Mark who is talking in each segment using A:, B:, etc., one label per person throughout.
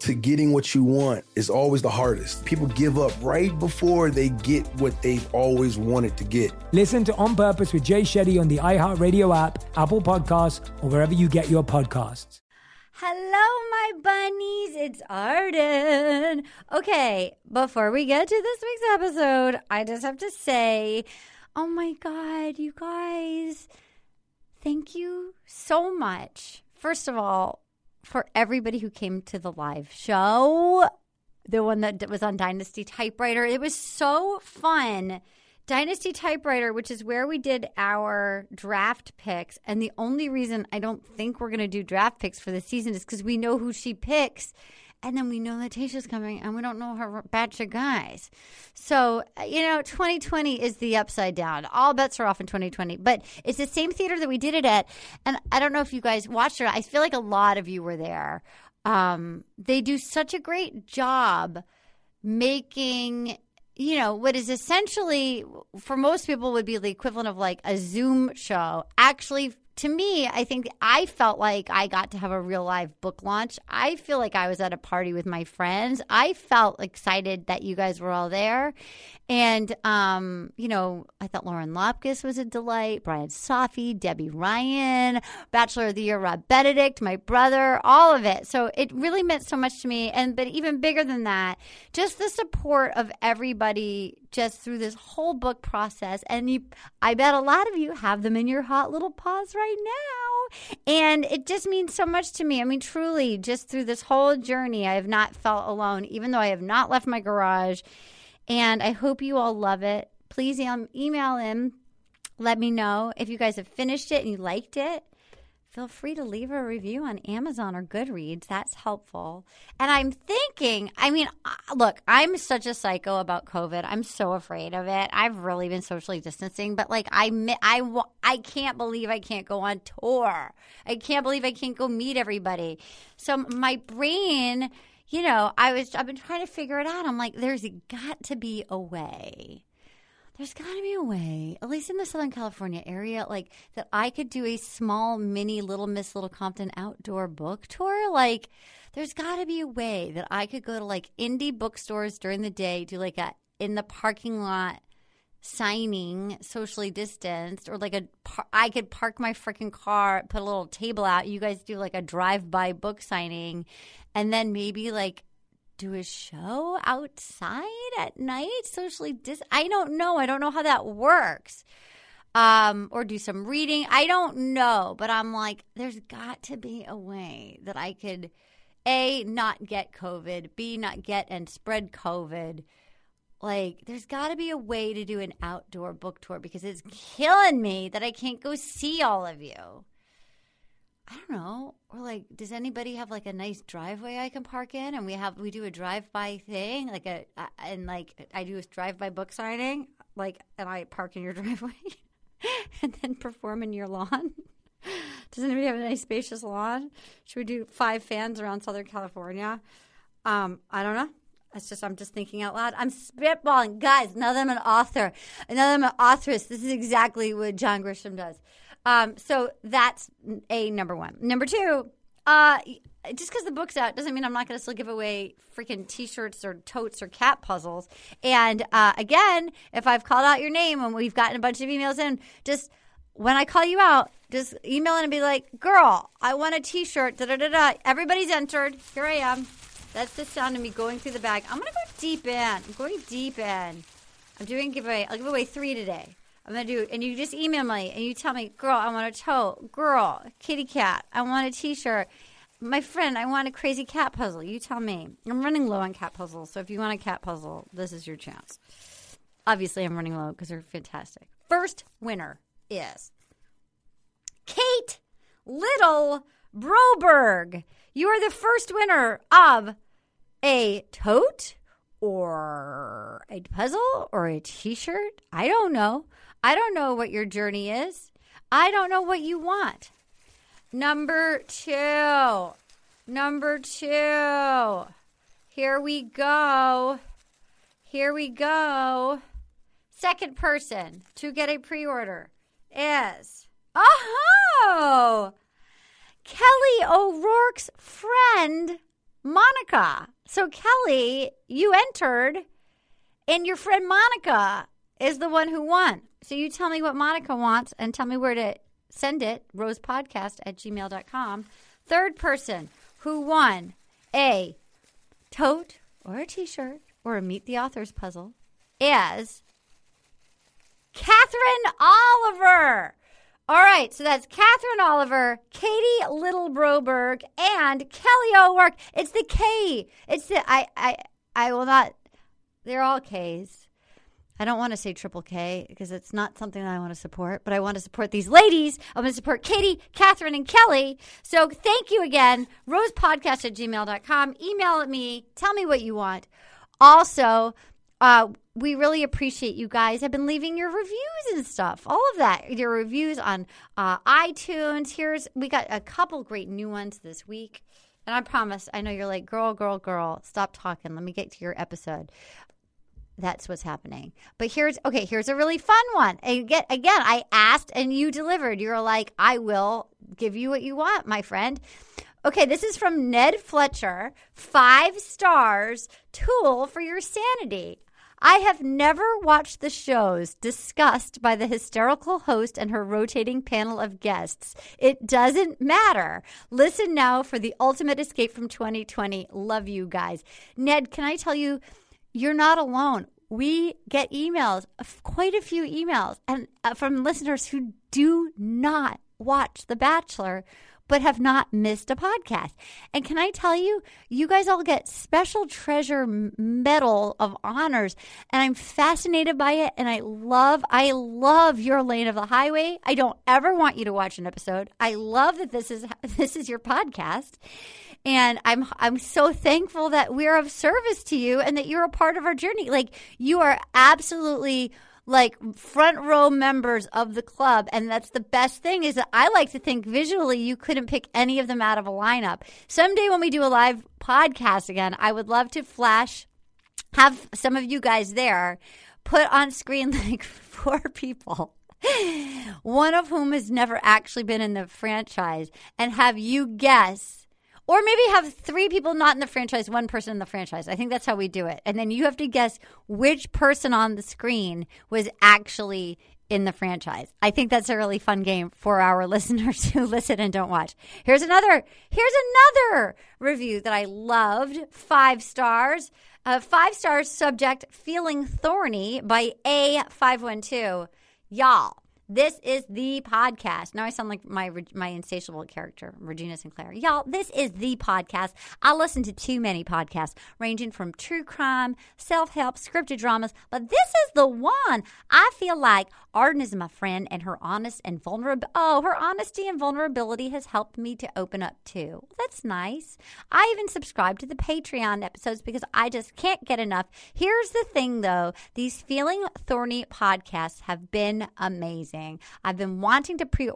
A: to getting what you want is always the hardest. People give up right before they get what they've always wanted to get.
B: Listen to On Purpose with Jay Shetty on the iHeartRadio app, Apple Podcasts, or wherever you get your podcasts.
C: Hello, my bunnies. It's Arden. Okay, before we get to this week's episode, I just have to say, oh my God, you guys, thank you so much. First of all, for everybody who came to the live show, the one that d- was on Dynasty Typewriter. It was so fun. Dynasty Typewriter, which is where we did our draft picks. And the only reason I don't think we're going to do draft picks for the season is because we know who she picks. And then we know that Tasha's coming and we don't know her batch of guys. So, uh, you know, 2020 is the upside down. All bets are off in 2020. But it's the same theater that we did it at. And I don't know if you guys watched it. I feel like a lot of you were there. Um, they do such a great job making you know what is essentially for most people would be the equivalent of like a zoom show actually to me i think i felt like i got to have a real live book launch i feel like i was at a party with my friends i felt excited that you guys were all there and um you know i thought lauren lopkis was a delight brian Safi, debbie ryan bachelor of the year rob benedict my brother all of it so it really meant so much to me and but even bigger than that just the support of everybody just through this whole book process and you i bet a lot of you have them in your hot little paws right now and it just means so much to me i mean truly just through this whole journey i have not felt alone even though i have not left my garage and i hope you all love it please em- email him let me know if you guys have finished it and you liked it feel free to leave a review on Amazon or Goodreads. That's helpful. And I'm thinking, I mean, uh, look, I'm such a psycho about COVID. I'm so afraid of it. I've really been socially distancing, but like I mi- I wa- I can't believe I can't go on tour. I can't believe I can't go meet everybody. So my brain, you know, I was I've been trying to figure it out. I'm like there's got to be a way there's got to be a way, at least in the Southern California area, like that I could do a small, mini Little Miss Little Compton outdoor book tour. Like, there's got to be a way that I could go to like indie bookstores during the day, do like a in the parking lot signing socially distanced or like a par- i could park my freaking car put a little table out you guys do like a drive-by book signing and then maybe like do a show outside at night socially dis i don't know i don't know how that works um or do some reading i don't know but i'm like there's got to be a way that i could a not get covid b not get and spread covid like there's got to be a way to do an outdoor book tour because it's killing me that i can't go see all of you I don't know. Or like, does anybody have like a nice driveway I can park in? And we have we do a drive by thing, like a a- and like I do a drive by book signing, like and I park in your driveway, and then perform in your lawn. Does anybody have a nice spacious lawn? Should we do five fans around Southern California? Um, I don't know. It's just I'm just thinking out loud. I'm spitballing, guys. Now that I'm an author, now that I'm an authoress, this is exactly what John Grisham does. Um, so that's a number one. Number two, uh, just because the book's out doesn't mean I'm not going to still give away freaking T-shirts or totes or cat puzzles. And uh, again, if I've called out your name and we've gotten a bunch of emails in, just when I call you out, just email in and be like, "Girl, I want a T-shirt." Da da da da. Everybody's entered. Here I am. That's the sound of me going through the bag. I'm gonna go deep in. I'm going deep in. I'm doing giveaway. I'll give away three today. I'm gonna do, and you just email me and you tell me, girl, I want a tote. Girl, kitty cat. I want a T-shirt. My friend, I want a crazy cat puzzle. You tell me. I'm running low on cat puzzles, so if you want a cat puzzle, this is your chance. Obviously, I'm running low because they're fantastic. First winner is Kate Little Broberg. You are the first winner of a tote or a puzzle or a t shirt. I don't know. I don't know what your journey is. I don't know what you want. Number two. Number two. Here we go. Here we go. Second person to get a pre order is. Oh! Kelly O'Rourke's friend, Monica. So, Kelly, you entered, and your friend Monica is the one who won. So, you tell me what Monica wants and tell me where to send it rosepodcast at gmail.com. Third person who won a tote or a t shirt or a meet the author's puzzle is Catherine Oliver. All right, so that's Catherine Oliver, Katie Little Broberg, and Kelly O'Rourke. It's the K. It's the I I I will not. They're all K's. I don't want to say triple K because it's not something that I want to support, but I want to support these ladies. I'm going to support Katie, Catherine, and Kelly. So thank you again. Rosepodcast at gmail.com. Email at me. Tell me what you want. Also, uh, we really appreciate you guys have been leaving your reviews and stuff all of that your reviews on uh, itunes here's we got a couple great new ones this week and i promise i know you're like girl girl girl stop talking let me get to your episode that's what's happening but here's okay here's a really fun one and get, again i asked and you delivered you're like i will give you what you want my friend Okay, this is from Ned Fletcher. Five stars tool for your sanity. I have never watched the shows discussed by the hysterical host and her rotating panel of guests. It doesn't matter. Listen now for the ultimate escape from 2020. Love you guys. Ned, can I tell you, you're not alone. We get emails, f- quite a few emails, and uh, from listeners who do not watch The Bachelor but have not missed a podcast. And can I tell you, you guys all get special treasure m- medal of honors, and I'm fascinated by it. And I love, I love your lane of the highway. I don't ever want you to watch an episode. I love that this is this is your podcast, and I'm I'm so thankful that we're of service to you and that you're a part of our journey. Like you are absolutely like front row members of the club and that's the best thing is that i like to think visually you couldn't pick any of them out of a lineup someday when we do a live podcast again i would love to flash have some of you guys there put on screen like four people one of whom has never actually been in the franchise and have you guess or maybe have three people not in the franchise, one person in the franchise. I think that's how we do it. And then you have to guess which person on the screen was actually in the franchise. I think that's a really fun game for our listeners who listen and don't watch. Here's another. Here's another review that I loved. Five stars. Uh, five stars. Subject: Feeling thorny by A five one two. Y'all. This is the podcast. Now I sound like my my insatiable character, Regina Sinclair. Y'all, this is the podcast. I listen to too many podcasts, ranging from true crime, self help, scripted dramas, but this is the one I feel like Arden is my friend, and her honest and vulnerable oh, her honesty and vulnerability has helped me to open up too. That's nice. I even subscribe to the Patreon episodes because I just can't get enough. Here's the thing, though: these feeling thorny podcasts have been amazing. I've been wanting to pre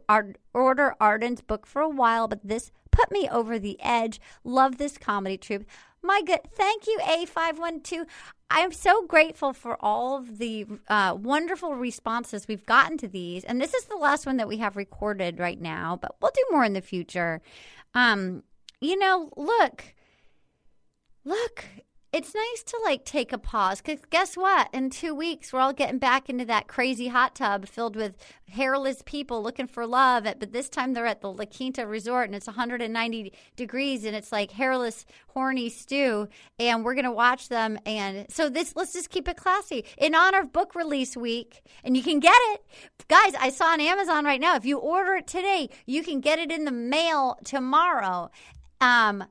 C: order Arden's book for a while, but this put me over the edge. Love this comedy troupe. My good. Thank you, A512. I'm so grateful for all of the uh, wonderful responses we've gotten to these. And this is the last one that we have recorded right now, but we'll do more in the future. Um, you know, look, look, it's nice to like take a pause because guess what? In two weeks, we're all getting back into that crazy hot tub filled with hairless people looking for love. At, but this time they're at the La Quinta Resort and it's 190 degrees and it's like hairless, horny stew. And we're going to watch them. And so this, let's just keep it classy in honor of book release week. And you can get it. Guys, I saw on Amazon right now. If you order it today, you can get it in the mail tomorrow. Um,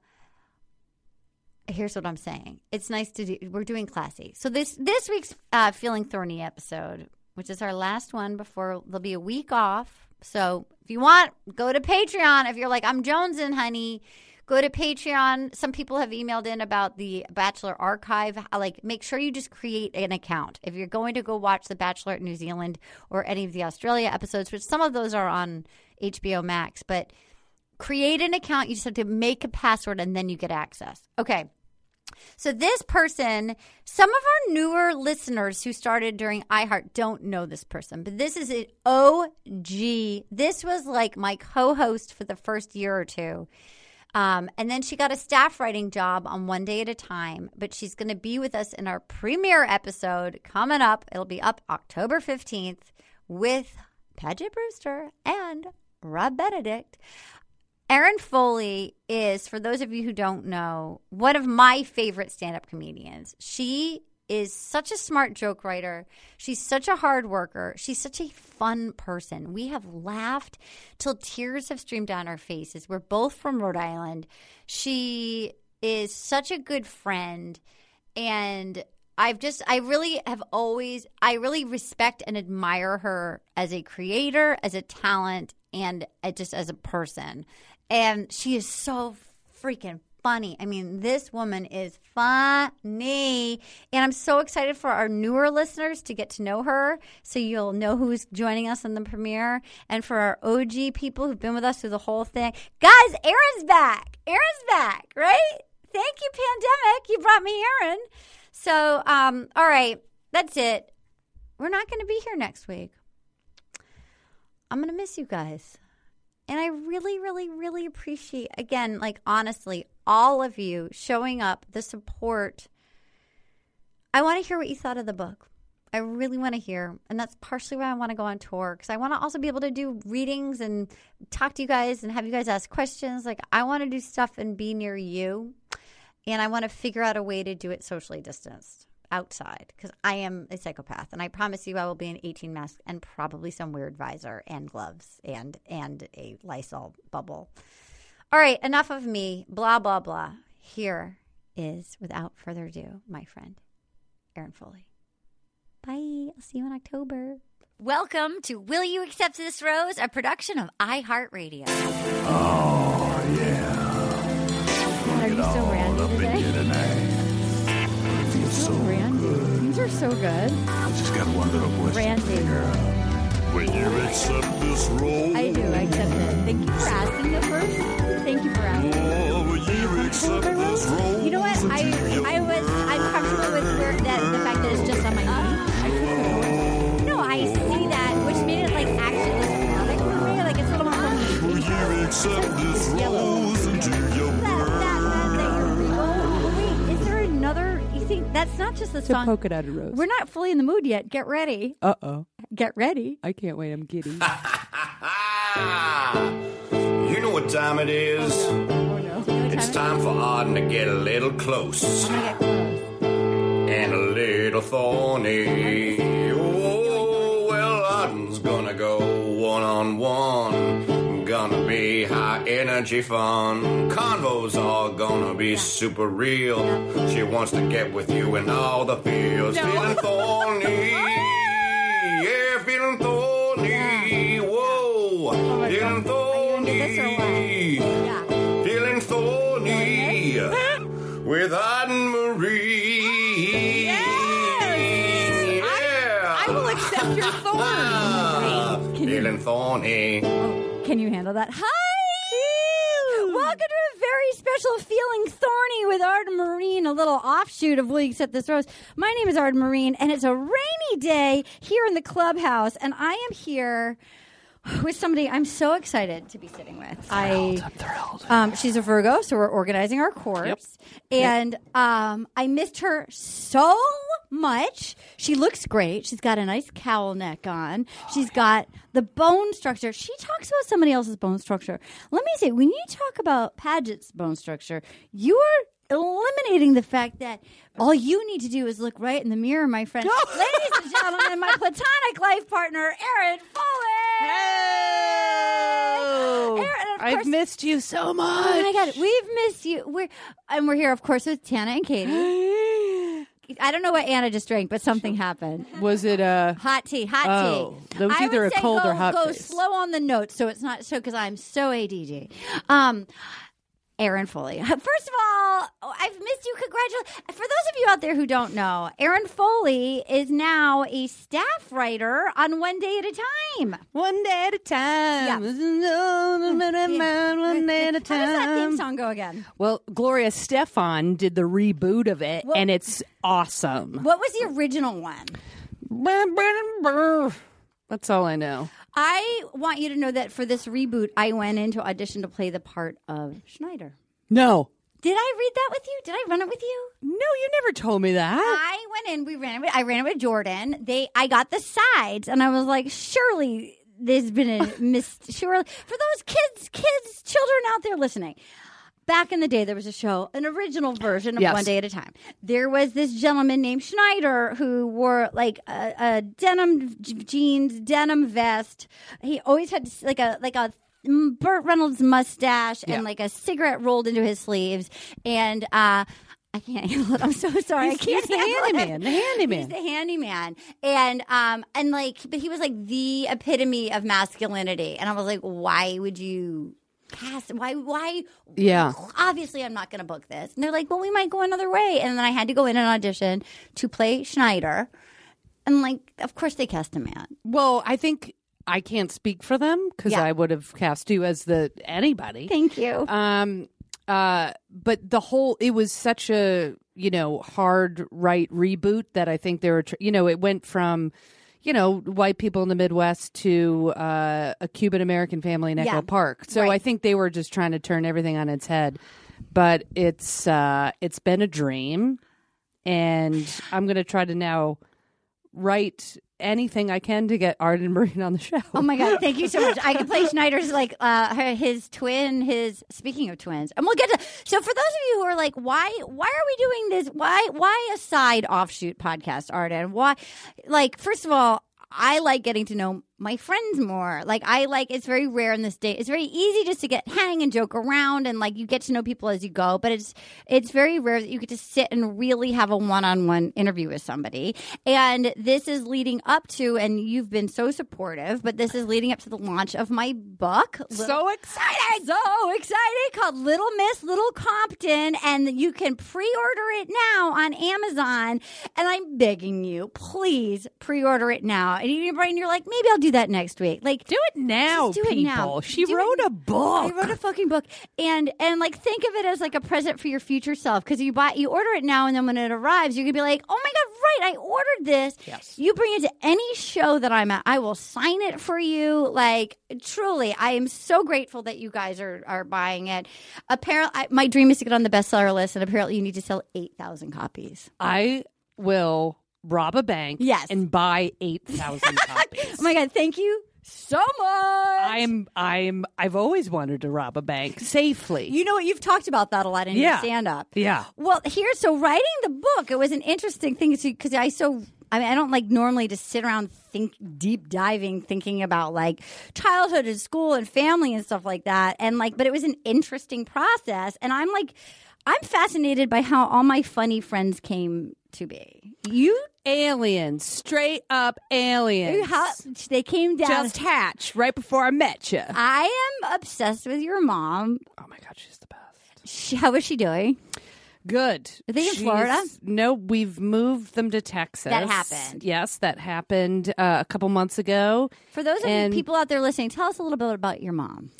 C: here's what I'm saying. It's nice to do. We're doing classy. So this this week's uh, feeling thorny episode, which is our last one before there'll be a week off. So if you want, go to Patreon. If you're like I'm Jonesing, honey, go to Patreon. Some people have emailed in about the Bachelor archive. Like, make sure you just create an account if you're going to go watch the Bachelor at New Zealand or any of the Australia episodes, which some of those are on HBO Max, but. Create an account. You just have to make a password and then you get access. Okay. So this person, some of our newer listeners who started during iHeart don't know this person, but this is an OG. This was like my co-host for the first year or two. Um, and then she got a staff writing job on one day at a time, but she's going to be with us in our premiere episode coming up. It'll be up October 15th with Paget Brewster and Rob Benedict. Aaron Foley is, for those of you who don't know, one of my favorite stand up comedians. She is such a smart joke writer. She's such a hard worker. She's such a fun person. We have laughed till tears have streamed down our faces. We're both from Rhode Island. She is such a good friend. And I've just, I really have always, I really respect and admire her as a creator, as a talent, and uh, just as a person and she is so freaking funny. I mean, this woman is funny. And I'm so excited for our newer listeners to get to know her so you'll know who's joining us in the premiere. And for our OG people who've been with us through the whole thing. Guys, Aaron's back. Aaron's back, right? Thank you, pandemic. You brought me Aaron. So, um, all right, that's it. We're not going to be here next week. I'm going to miss you guys. And I really, really, really appreciate, again, like honestly, all of you showing up, the support. I want to hear what you thought of the book. I really want to hear. And that's partially why I want to go on tour because I want to also be able to do readings and talk to you guys and have you guys ask questions. Like, I want to do stuff and be near you. And I want to figure out a way to do it socially distanced outside because I am a psychopath, and I promise you, I will be an eighteen mask and probably some weird visor and gloves and and a Lysol bubble. All right, enough of me. Blah blah blah. Here is, without further ado, my friend Aaron Foley. Bye. I'll see you in October. Welcome to Will You Accept This Rose, a production of iHeartRadio.
D: Oh, yeah.
C: Are you so randy today?
D: Feels so good.
C: These are so good.
D: I just got one little question.
C: Randy.
D: Will you accept this role?
C: I do. I accept it. Thank you for asking the first. Thank you for asking.
D: Oh, will you accept this role?
C: You know what? I I was I'm comfortable with where that the fact that it's just on my knee. No, I see that, which made it like actually less dramatic for me. Like it's a little more funny.
D: Will you accept this
C: Yellow.
D: rose into your
C: That that that that you're real. Oh, wait, is there another? You think that's not just the
E: It's a
C: song?
E: polka dotted rose.
C: We're not fully in the mood yet. Get ready.
E: Uh oh.
C: Get ready.
E: I can't wait. I'm giddy.
F: You know what time it is? It's time for Arden to get a little close and a little thorny. Oh, well, Arden's gonna go one on one. Gonna be high energy fun. Convos are gonna be super real. She wants to get with you in all the feels. Feeling thorny. Yeah, feeling thorny. Whoa. feeling thorny. Feeling thorny. With Arden Marie. Yeah.
C: I will accept your
F: Ah,
C: thorn. Can you, oh,
F: feeling thorny.
C: can you handle that? Hi! Welcome to a very very special feeling thorny with Ard Marine, a little offshoot of Will You Accept This Rose. My name is Ard Marine, and it's a rainy day here in the clubhouse, and I am here with somebody I'm so excited to be sitting with. I, am thrilled. Um, she's a Virgo, so we're organizing our corpse, and um, I missed her so much. She looks great. She's got a nice cowl neck on. She's got the bone structure. She talks about somebody else's bone structure. Let me say, when you talk about Paget's bone structure, you are eliminating the fact that all you need to do is look right in the mirror, my friend. Ladies and gentlemen, my platonic life partner, Aaron Foley. Aaron, of course-
E: I've missed you so much.
C: Oh my god, we've missed you. We're and we're here, of course, with Tana and Katie. I don't know what Anna just drank, but something happened.
E: Was it a
C: Hot tea, hot
E: Oh,
C: tea.
E: that was
C: I
E: either
C: would
E: a
C: say
E: cold
C: go,
E: or hot
C: Go
E: face.
C: slow on the notes, so it's not so because I'm so ADD. Um, Aaron Foley. First of all, oh, I've missed you. Congratulations. For those of you out there who don't know, Aaron Foley is now a staff writer on One Day at a Time.
E: one day at a time? One day at
C: How
E: a
C: does that theme
E: time.
C: song go again?
E: Well, Gloria Stefan did the reboot of it, and it's awesome.
C: What was the original one?
E: That's all I know.
C: I want you to know that for this reboot, I went into audition to play the part of Schneider.
E: No,
C: Did I read that with you? Did I run it with you?
E: no, you never told me that.
C: I went in. We ran. it with- I ran it with Jordan. They. I got the sides, and I was like, surely there's been a mis. Surely for those kids, kids, children out there listening. Back in the day, there was a show, an original version of
E: Yes.
C: One Day at a Time. There was this gentleman named Schneider who wore like a, a denim j- jeans, denim vest. He always had like a like a mm, Burt Reynolds mustache and
E: Yeah.
C: like a cigarette rolled into his sleeves. And uh, I can't handle it. I'm so sorry. I
E: He's-
C: can't
E: he's the
C: handle
E: handyman,
C: It.
E: the handyman.
C: He's the handyman. And um and like but he was like the epitome of masculinity. And I was like, why would you cast why why
E: Yeah.
C: obviously I'm not gonna book this. And they're like, Well, we might go another way. And then I had to go in and audition to play Schneider. And like, of course they cast a man.
E: Well, I think I can't speak for them because
C: Yeah.
E: I would have cast you as the anybody.
C: Thank you.
E: Um, uh, but the whole it was such a you know hard right reboot that I think there were tr- you know it went from you know white people in the Midwest to uh, a Cuban American family in Echo
C: Yeah.
E: Park. So I
C: Right.
E: think they were just trying to turn everything on its head. But it's uh, it's been a dream, and I'm going to try to now write anything I can to get Arden Marine on the show.
C: Oh my god! Thank you so much. I could play Schneider's like uh, her- his twin. His speaking of twins, and we'll get to. So for those of you who are like, why why are we doing this? Why why a side offshoot podcast, Arden? Why like first of all. I like getting to know my friends more. Like I like it's very rare in this day. It's very easy just to get hang and joke around and like you get to know people as you go, but it's it's very rare that you get to sit and really have a one-on-one interview with somebody. And this is leading up to and you've been so supportive, but this is leading up to the launch of my book. Little-
E: so excited!
C: so excited! Called Little Miss Little Compton, and you can pre-order it now on Amazon. And I'm begging you, please pre-order it now. And in your brain, you're like, maybe I'll do that next week. Like,
E: Do it now,
C: just do
E: people.
C: it now.
E: She
C: Do it
E: wrote
C: n-
E: a book.
C: I wrote a fucking book, and and like think of it as like a present for your future self because you buy you order it now, and then when it arrives, you're gonna be like, oh my god, right? I ordered this.
E: Yes.
C: You bring it to any show that I'm at, I will sign it for you. Like truly, I am so grateful that you guys are are buying it. Apparently, I, my dream is to get on the bestseller list, and apparently, you need to sell eight thousand copies.
E: I will rob a bank
C: Yes.
E: and buy 8,000 copies.
C: Oh my god, thank you so much.
E: I'm I'm I've always wanted to rob a bank safely.
C: You know what? You've talked about that a lot in your
E: Yeah.
C: stand up.
E: yeah.
C: Well, here, so writing the book, it was an interesting thing because I so. I mean, I don't like normally to sit around think deep diving, thinking about like childhood and school and family and stuff like that. And like, but it was an interesting process. And I'm like, I'm fascinated by how all my funny friends came to be. You,
E: Aliens, straight up
C: you
E: aliens.
C: how they came down.
E: Just hatch right before I met you.
C: I am obsessed with your mom.
E: oh my god, she's the best.
C: She, how is she doing?
E: Good.
C: Are they in
E: She's-
C: Florida?
E: No, we've moved them to Texas.
C: That happened.
E: Yes, that happened uh, a couple months ago.
C: For those of you
E: And-
C: people out there listening, tell us a little bit about your mom.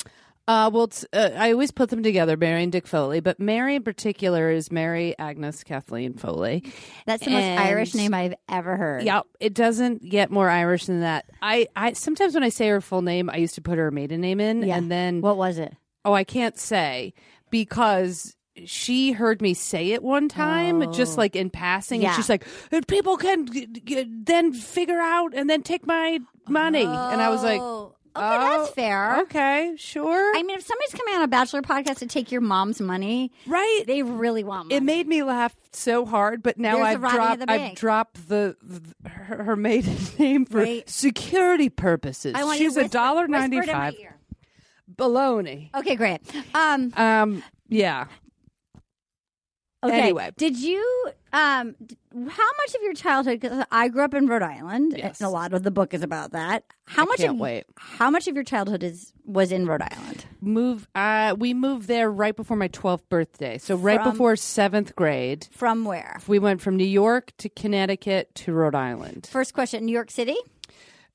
E: Uh, well, it's, uh, I always put them together, Mary and Dick Foley, but Mary in particular is Mary Agnes Kathleen Foley.
C: That's the most Irish name I've ever heard.
E: Yeah, it doesn't get more Irish than that. I, I sometimes when I say her full name, I used to put her maiden name in, and then
C: what was it?
E: Oh, I can't say because she heard me say it one time, just like in passing,
C: Oh. Yeah.
E: and she's like, "If "People can g- g- then figure out and then take my money," and I was like.
C: Oh, Okay, that's fair.
E: Okay, sure.
C: I mean, if somebody's coming on a bachelor podcast to take your mom's money,
E: right?
C: They really want money.
E: It made me laugh so hard, but now
C: There's
E: I've
C: the Rodney of
E: dropped.
C: the
E: I've
C: Bank.
E: dropped the, the her, her maiden name for
C: Right.
E: security purposes.
C: I want you
E: She's
C: to
E: a
C: whisper-
E: dollar
C: whisper it in my
E: ninety-five.
C: ear.
E: Baloney.
C: Okay, great. Um,
E: Um. Yeah.
C: okay.
E: Anyway.
C: did you? Um, d- how much of your childhood? Because I grew up in Rhode Island, and a lot of the book is about that. How
E: I
C: much?
E: can't
C: of,
E: wait.
C: How much of your childhood is was in Rhode Island?
E: Move. Uh, we moved there right before my twelfth birthday. So right
C: From-
E: before seventh grade,
C: From where?
E: we went from New York to Connecticut to Rhode Island.
C: First question: New York City.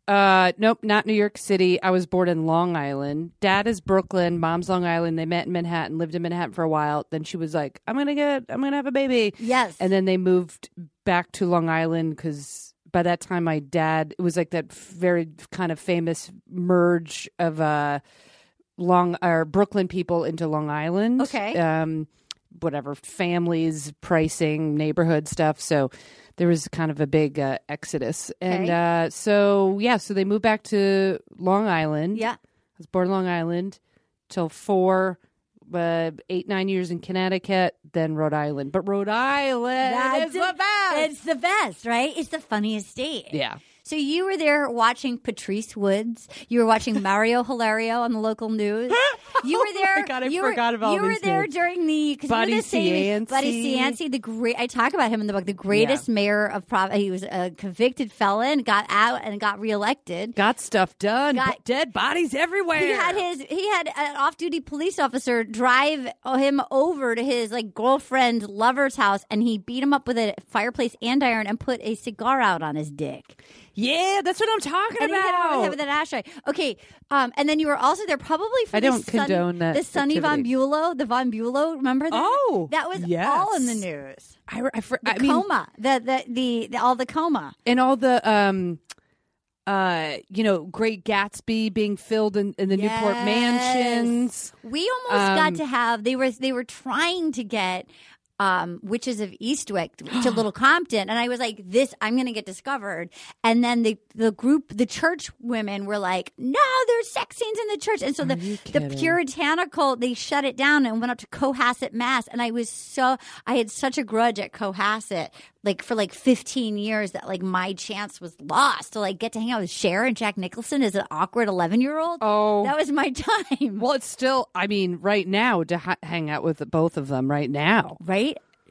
E: Uh, nope, not New York City. I was born in Long Island. Dad is Brooklyn. Mom's Long Island. They met in Manhattan, lived in Manhattan for a while. Then she was like, "I'm gonna get, I'm gonna have a baby."
C: Yes.
E: And then they moved back to Long Island because by that time my dad it was like that very kind of famous merge of uh Long or Brooklyn people into Long Island.
C: Okay.
E: Um, whatever families, pricing, neighborhood stuff. So there was kind of a big uh, exodus, and
C: Okay.
E: uh, so yeah, so they moved back to Long Island.
C: Yeah.
E: I was born in Long Island till four. Uh, eight nine years in Connecticut, then Rhode Island, but Rhode Island
C: That's
E: is the best.
C: It's the best, right? It's the funniest state.
E: yeah,
C: So you were there watching Patrice Woods. You were watching Mario Hilario on the local news. You were there.
E: Oh God, I
C: you
E: forgot
C: were,
E: about
C: You were
E: these
C: there
E: names.
C: during the because
E: Buddy
C: the same, Buddy
E: Cianci.
C: Cianci, the great. I talk about him in the book. The greatest mayor of Prov. He was a convicted felon, got out and got reelected.
E: got stuff done.
C: Got-
E: dead bodies everywhere.
C: He had his. He had an off-duty police officer drive him over to his like girlfriend lover's house, and he beat him up with a fireplace and iron and put a cigar out on his dick.
E: yeah, that's what I'm talking
C: And he hit
E: about.
C: him with- with an ashtray. Okay, um, and then you were also there probably for
E: I
C: the
E: don't
C: Sun-
E: condone that
C: The Sunny von
E: activity.
C: Bulow, the von Bulow, remember that?
E: Oh,
C: that was all in the
E: yes.
C: news.
E: I, I, for,
C: The
E: I mean,
C: coma, the, the the the all the coma.
E: and all the um uh you know great gatsby being filled in, in the newport
C: Yes.
E: mansions
C: We almost got
E: Um,
C: to have they were they were trying to get um, Witches of Eastwick to Little Compton, and I was like, "This, I'm going to get discovered." And then the the group, the church women, were like, "No, there's sex scenes in the church," and so the the puritanical they shut it down and went up to Cohasset, Mass. And I was so I had such a grudge at Cohasset, like for like 15 years, that like my chance was lost to like get to hang out with Cher and Jack Nicholson as an awkward 11 year old.
E: Oh.
C: that was my time.
E: well it's still i mean right now to ha- hang out with both of them right now
C: right?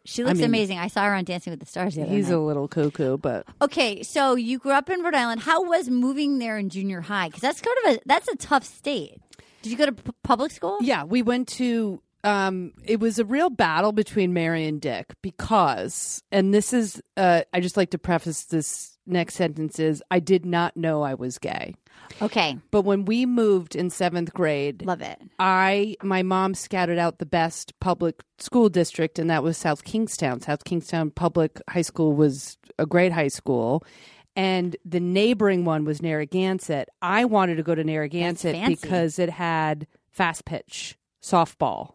C: She looks
E: mean-
C: amazing. I saw her on Dancing with the Stars the other
E: he's
C: night.
E: a little cuckoo but
C: okay, so you grew up in Rhode Island. How was moving there in junior high? Because that's kind of a that's a tough state. Did you go to p- public school?
E: yeah we went to um it was a real battle between mary and dick because and this is uh i just like to preface this next sentence is i did not know i was gay
C: Okay,
E: but when we moved in seventh grade
C: love it.
E: I my mom scouted out the best public school district, and that was South Kingstown. South Kingstown Public High School was a great high school, and the neighboring one was Narragansett. I wanted to go to Narragansett
C: fancy.
E: because it had fast pitch softball.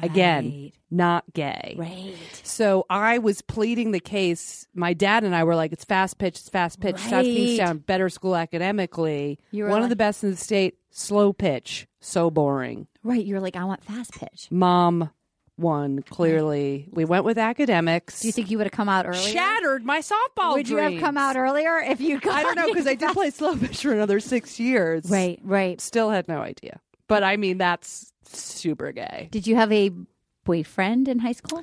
E: Again, not gay.
C: Right.
E: So I was pleading the case. My dad and I were like, "It's fast pitch. It's fast pitch. South
C: Right.
E: Kingstown, better school academically.
C: You were
E: One
C: like-
E: of the best in the state. Slow pitch. So boring."
C: Right. You're like, I want fast pitch.
E: mom won clearly we went with academics
C: Do you think you would have come out earlier?
E: shattered my softball
C: would you have
E: dreams.
C: come out earlier if you?
E: i don't know because i did play slow pitch for another six years
C: Right. Right.
E: still had no idea but i mean that's super gay
C: Did you have a boyfriend in high school?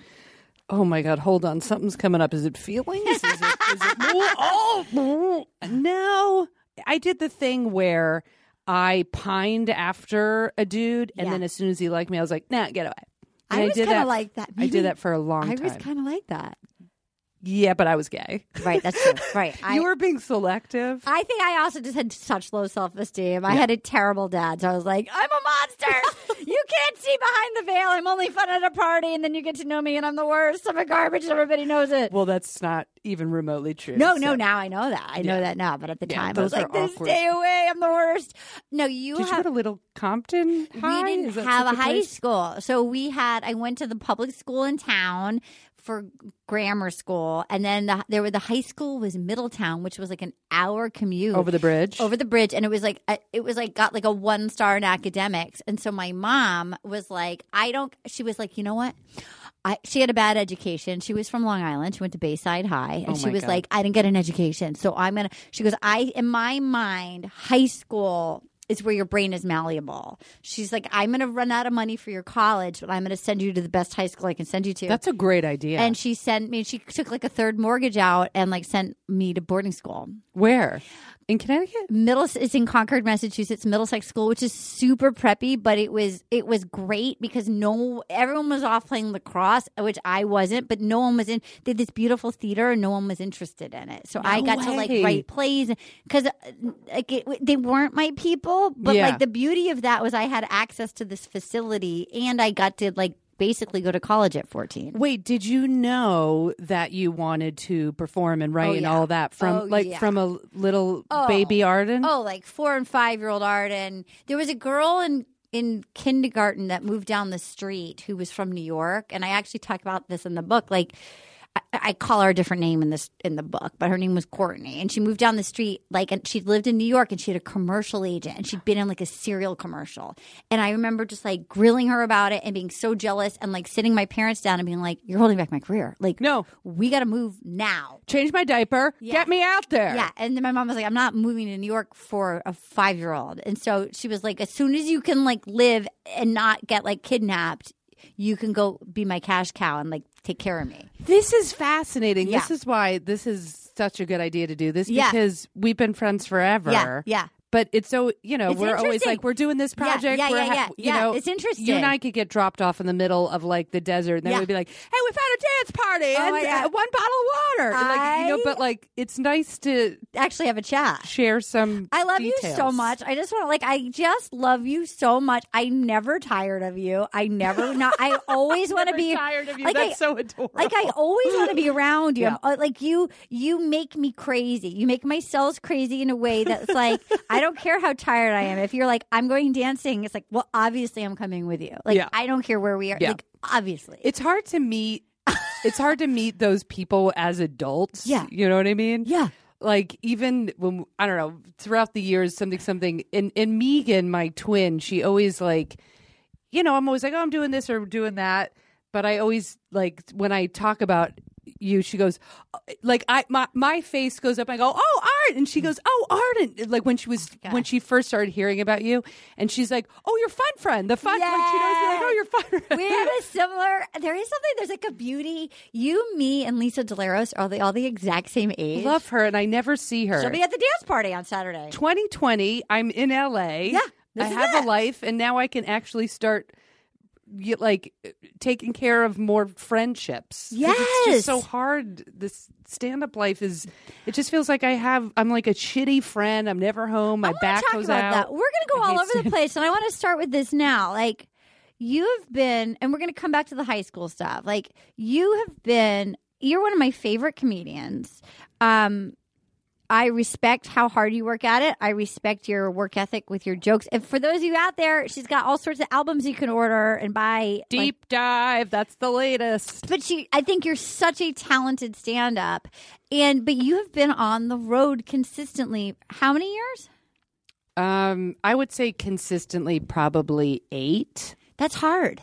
E: oh my god hold on something's coming up is it feelings is it, is it oh no i did the thing where i pined after a dude and
C: Yeah.
E: then as soon as he liked me i was like nah get away And
C: I was
E: did
C: kinda
E: that-
C: like that.
E: i
C: Maybe-
E: did that for a long
C: I
E: time
C: was kind of like that.
E: Yeah, but I was gay.
C: Right, that's true. Right. I,
E: you were being selective.
C: I think I also just had such low self esteem. I had a terrible dad, so I was like, I'm a monster. you can't see behind the veil. I'm only fun at a party, and then you get to know me, and I'm the worst. I'm a garbage, and everybody knows it.
E: Well, that's not even remotely true.
C: No,
E: so-
C: no, now I know that. I know
E: Yeah.
C: that now, but at the
E: Yeah,
C: time I was
E: those
C: like,
E: are
C: this,
E: awkward.
C: stay away. I'm the worst. No, you
E: Did you
C: have.
E: go to Little Compton? High?
C: We didn't
E: Is that
C: have
E: such
C: a high
E: place?
C: school. So we had, I went to the public school in town for grammar school. And then the, there were the high school was Middletown, which was like an hour commute
E: Over the bridge?
C: over the bridge. And it was like, a, it was like, got like a one star in academics. And so my mom was like, I don't, she was like, you know what? I, she had a bad education. She was from Long Island. She went to Bayside High, and
E: Oh
C: she
E: my
C: was
E: God.
C: like, "I didn't get an education, so I'm gonna." She goes, "I in my mind, high school is where your brain is malleable." She's like, "I'm gonna run out of money for your college, but I'm gonna send you to the best high school I can send you to."
E: That's a great idea.
C: and she sent me. She took like a third mortgage out and like sent me to boarding school.
E: where in Connecticut?
C: Middle it's in Concord, Massachusetts, Middlesex School, which is super preppy, but it was it was great because no everyone was off playing lacrosse, which I wasn't, but no one was in. They had this beautiful theater, and no one was interested in it. So I
E: No
C: got to like
E: way.
C: write plays because like it, they weren't my people, but
E: Yeah.
C: like the beauty of that was I had access to this facility, and I got to like basically go to college at fourteen.
E: Wait, did you know that you wanted to perform and write
C: Oh,
E: and
C: yeah.
E: all that from
C: Oh,
E: like
C: yeah.
E: from a little
C: Oh.
E: baby Arden?
C: Oh, like four and five year old Arden. There was a girl in in kindergarten that moved down the street who was from New York, and I actually talk about this in the book. Like. I- I call her a different name in this in the book, but her name was Courtney, and she moved down the street. Like, and she lived in New York, and she had a commercial agent, and she'd been in like a cereal commercial. And I remember just like grilling her about it and being so jealous, and like sitting my parents down and being like, "You're holding back my career. Like,
E: No.
C: we got to move now."
E: Change my diaper. Get me out there.
C: Yeah. And then my mom was like, I'm not moving to New York for a five year old. And so she was like, as soon as you can like live and not get like kidnapped, you can go be my cash cow and like take care of me.
E: This is fascinating. This
C: Yeah.
E: is why this is such a good idea to do this
C: Yeah.
E: because we've been friends forever.
C: Yeah. Yeah.
E: But it's so you know
C: It's
E: we're always
C: interesting.
E: like we're doing this
C: Yeah,
E: project.
C: yeah,
E: we're
C: yeah, yeah,
E: you
C: yeah.
E: know,
C: It's interesting.
E: You and I could get dropped off in the middle of like the desert, and then
C: Yeah.
E: we'd be like, "Hey, we found a dance party
C: Oh, my
E: and uh,
C: God.
E: one bottle of water." And, like, you know,
C: I-
E: but like it's nice to
C: Actually, have a chat.
E: share some.
C: I love you so
E: details.
C: much. I just want to like I just love you so much. I'm never tired of you. I never not I always want to
E: Never
C: be
E: tired of you.
C: like,
E: That's
C: I-
E: so adorable.
C: Like I always want to be around you.
E: Yeah.
C: I'm, uh, Like you, you make me crazy. You make my cells crazy in a way that's like I don't care how tired I am. If you're like I'm going dancing, it's like well, obviously I'm coming with you. Like
E: Yeah.
C: I don't care where we are.
E: Yeah.
C: Like obviously,
E: It's hard to meet. it's hard to meet those people as adults.
C: Yeah.
E: you know what I mean.
C: yeah.
E: like even when I don't know throughout the years something something and and Megan my twin she always like you know I'm always like oh I'm doing this or doing that but I always like when I talk about you she goes uh, like I my my face goes up I go oh Art
C: Mm.
E: and she goes oh Arden like when she was when she first started hearing about you and she's like oh you're fun friend the fun like she knows like oh you're fun friend
C: we have a similar. There is something. There's like a beauty. You, me, and Lisa Delaros are the, all the exact same age.
E: love her and I never see her
C: She'll be at the dance party on Saturday.
E: 2020, I'm in LA.
C: Yeah,
E: I
C: this is
E: have
C: it.
E: a life, and now I can actually start get, like taking care of more friendships. 'Cause it's just
C: Yes.
E: so hard. This stand up life is. It just feels like I have. I'm like a shitty friend. I'm never home. My
C: I wanna
E: back
C: talk
E: goes
C: about
E: out.
C: that. We're going to go
E: I
C: all
E: hate
C: over the
E: stand-
C: place, and I want to start with this now. Like you have been, and we're going to come back to the high school stuff. Like you have been. You're one of my favorite comedians. Um, I respect how hard you work at it. I respect your work ethic with your jokes. And for those of you out there, she's got all sorts of albums you can order and buy. like,
E: Deep dive. That's the latest.
C: but she i think you're such a talented stand-up and but you have been on the road consistently how many years
E: Um, I would say consistently, probably eight.
C: that's hard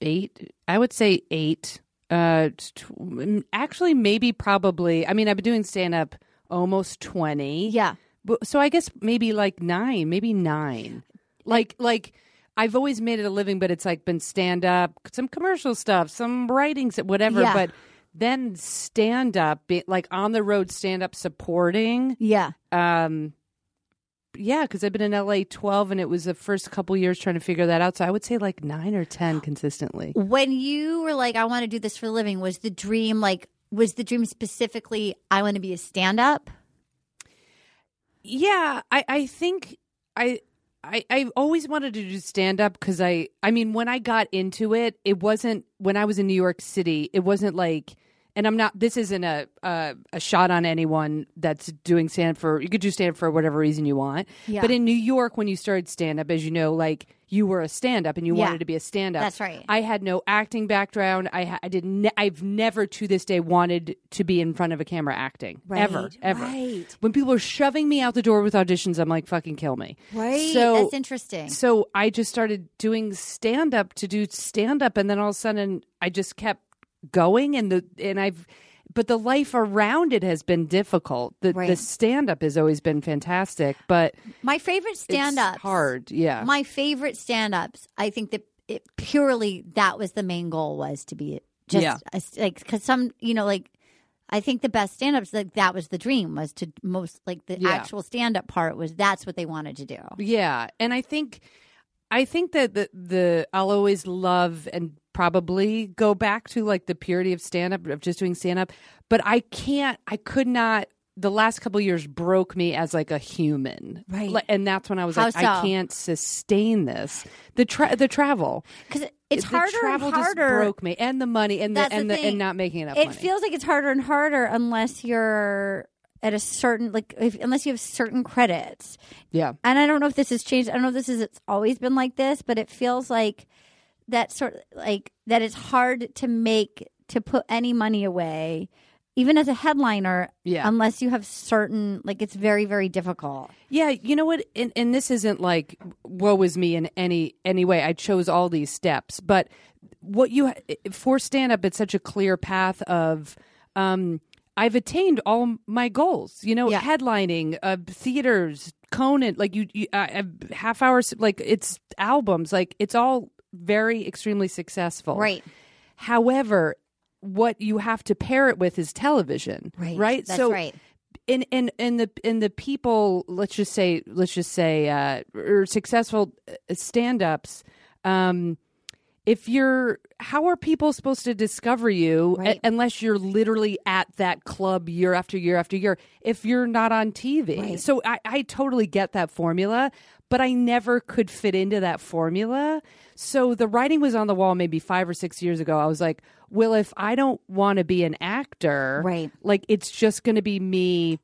E: eight i would say eight uh tw- m- actually maybe probably i mean i've been doing stand up almost 20
C: yeah
E: Bu- so i guess maybe like nine maybe nine like like i've always made it a living but it's like been stand up some commercial stuff some writings whatever
C: Yeah.
E: but then stand up be, like on the road stand up supporting
C: yeah
E: um yeah because i've been in la 12 and it was the first couple years trying to figure that out so i would say like nine or ten consistently
C: when you were like i want to do this for a living was the dream like was the dream specifically I want to be a stand up?
E: Yeah, I, I think I, I I always wanted to do stand up because I I mean when I got into it, it wasn't when I was in New York City, it wasn't like and I'm not this isn't a a, a shot on anyone that's doing stand for you could do stand for whatever reason you want.
C: Yeah.
E: But in New York when you started stand up, as you know, like you were a stand up and you
C: Yeah.
E: wanted to be a stand up.
C: That's right.
E: I had no acting background. I ha- I did ne- I've never to this day wanted to be in front of a camera acting ever
C: Right,
E: ever.
C: right.
E: When people are shoving me out the door with auditions, I'm like fucking kill me.
C: Right.
E: So
C: That's interesting.
E: So I just started doing stand up to do stand up and then all of a sudden I just kept going and the and I've but the life around it has been difficult. The the
C: Right.
E: stand up has always been fantastic, but
C: My favorite stand ups.
E: hard, yeah.
C: My favorite stand ups. I think that it purely that was the main goal was to be just
E: Yeah.
C: a, like because some you know like I think the best stand ups like that was the dream was to most like the
E: Yeah.
C: actual stand up part was that's what they wanted to do.
E: Yeah, and I think I think that the the I'll always love and probably go back to like the purity of stand up of just doing stand up, but I can't I could not the last couple years broke me as like a human.
C: Right.
E: Like, and that's when I was
C: How
E: like I
C: so?
E: can't sustain this. The tra- the travel.
C: Cuz It's
E: the
C: harder and
E: travel
C: harder.
E: just broke me and the money and the
C: That's the
E: and the,
C: thing.
E: and not making enough
C: it
E: money.
C: feels like it's harder and harder unless you're at a certain like if, unless you have certain credits
E: yeah.
C: and I don't know if this has changed. I don't know if this is it's always been like this, but it feels like that sort of like that it's hard to make to put any money away, even as a headliner,
E: Yeah.
C: unless you have certain like it's very very difficult.
E: Yeah, you know what? And, and this isn't like woe is me in any any way. I chose all these steps, but what you for stand up, it's such a clear path of. Um, I've attained all my goals. You know, headlining, uh, theaters, Conan, like you, you uh, half hours, like it's albums, like it's all very extremely successful.
C: Right.
E: However, what you have to pair it with is television.
C: Right.
E: Right.
C: That's
E: so
C: right.
E: in in in the in the people let's just say let's just say uh or successful uh, stand-ups um if you're how are people supposed to discover you
C: Right.
E: a- unless you're literally at that club year after year after year if you're not on tv
C: Right.
E: so I, I totally get that formula but i never could fit into that formula so the writing was on the wall maybe five or six years ago i was like well if i don't want to be an actor
C: Right.
E: like it's just going to be me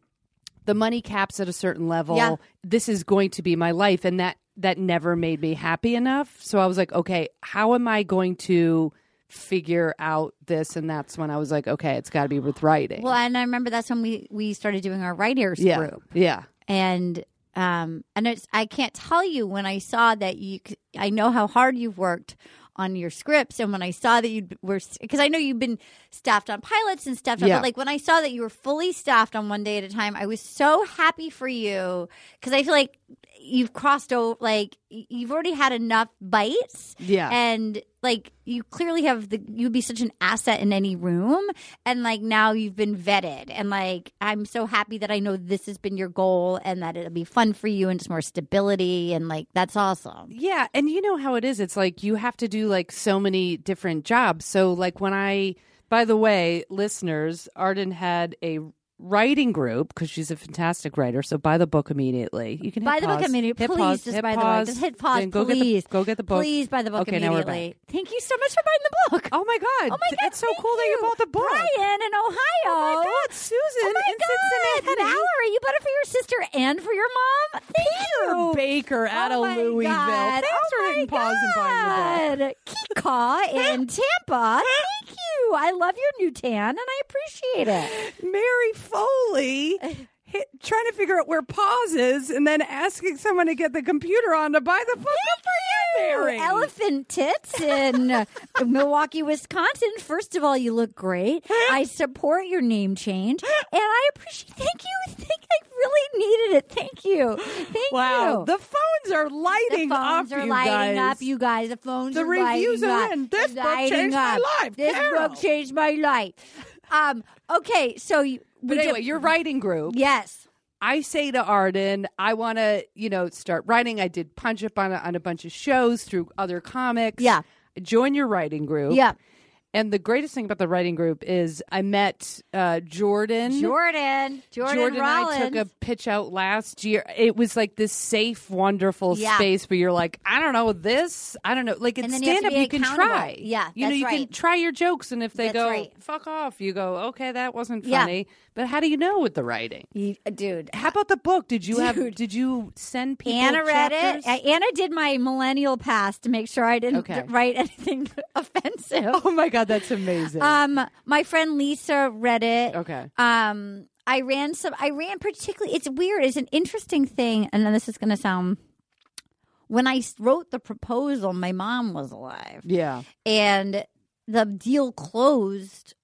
E: the money caps at a certain level
C: Yeah.
E: this is going to be my life and that that never made me happy enough so i was like okay how am i going to figure out this and that's when i was like okay it's got to be with writing
C: Well, and I remember that's when we we started doing our writers
E: yeah
C: group,
E: yeah
C: and um and it's I can't tell you when I saw that you c- I know how hard you've worked on your scripts and when I saw that you were because I know you've been staffed on pilots and stuff
E: Yeah.
C: but like when I saw that you were fully staffed on one day at a time I was so happy for you cuz I feel like you've crossed over like y- you've already had enough bites
E: Yeah.
C: and like you clearly have the you'd be such an asset in any room and like now you've been vetted and like i'm so happy that i know this has been your goal and that it'll be fun for you and it's more stability and like that's awesome
E: Yeah, and you know how it is. It's like you have to do like so many different jobs. So like when I by the way, listeners, Arden had a writing group because she's a fantastic writer. So buy the book immediately. You can hit
C: buy the book
E: pause,
C: immediately
E: hit
C: please
E: pause,
C: just
E: hit
C: buy the book
E: pause,
C: just hit pause
E: then go
C: please
E: Get the, go get the book.
C: please buy the book
E: okay,
C: immediately
E: Now we're back.
C: thank you so much for buying the book
E: Oh my god!
C: Oh my God,
E: It's so cool that you bought the book.
C: Brian in Ohio.
E: Oh my god, Susan
C: Oh my
E: in
C: God,
E: Cincinnati.
C: Mallory, you bought it for your sister and for your mom. Thank you.
E: Baker out
C: Oh
E: of
C: my
E: Louisville.
C: God.
E: Thanks for
C: oh
E: hitting
C: my
E: pause and buying the book.
C: God. Kika in Tampa. Thank you. I love your new tan and I appreciate it.
E: Mary Foley hit, trying to figure out where pause is and then asking someone to get the computer on to buy the book. Good for you, Mary.
C: Elephant tits in Milwaukee, Wisconsin. First of all, you look great. I support your name change, and I appreciate. Thank you. Thank. I really needed it. Thank you. Thank
E: wow,
C: you.
E: the phones are lighting
C: the phones
E: up,
C: are
E: you
C: lighting
E: guys.
C: up, you guys. The phones
E: The
C: are
E: reviews
C: lighting
E: are
C: up.
E: in. This book
C: Lighting
E: changed my
C: up.
E: life,
C: This
E: Carol.
C: book changed my life. Um. Okay, so you,
E: But anyway, your writing group.
C: yes,
E: I say to Arden, I want to, you know, start writing. I did punch up on a, on a bunch of shows through other comics.
C: Yeah.
E: Join your writing group.
C: yeah.
E: And the greatest thing about the writing group is I met uh, Jordan.
C: Jordan. Jordan
E: and I took
C: Rollins.
E: a pitch out last year. It was like this safe, wonderful
C: Yeah.
E: space where you're like, I don't know this. I don't know. Like it's
C: And then you have
E: stand
C: to
E: up,
C: be
E: you can
C: accountable.
E: try.
C: Yeah,
E: you know,
C: that's
E: you can
C: right.
E: try your jokes, and if they
C: That's
E: go
C: right.
E: fuck off, you go okay, that wasn't
C: Yeah. uh,
E: funny. But how do you know with the writing,
C: dude?
E: How about the book? Did you have?
C: Dude.
E: Did you send people?
C: Anna read
E: chapters?
C: it. Uh, Anna did my millennial pass to make sure I didn't
E: Okay.
C: write anything offensive.
E: Oh my god, that's amazing.
C: Um, my friend Lisa read it.
E: Okay.
C: Um, I ran some. I ran particularly. It's weird. It's an interesting thing, and then this is going to sound. When I s- wrote the proposal, my mom was alive,
E: yeah.
C: and the deal closed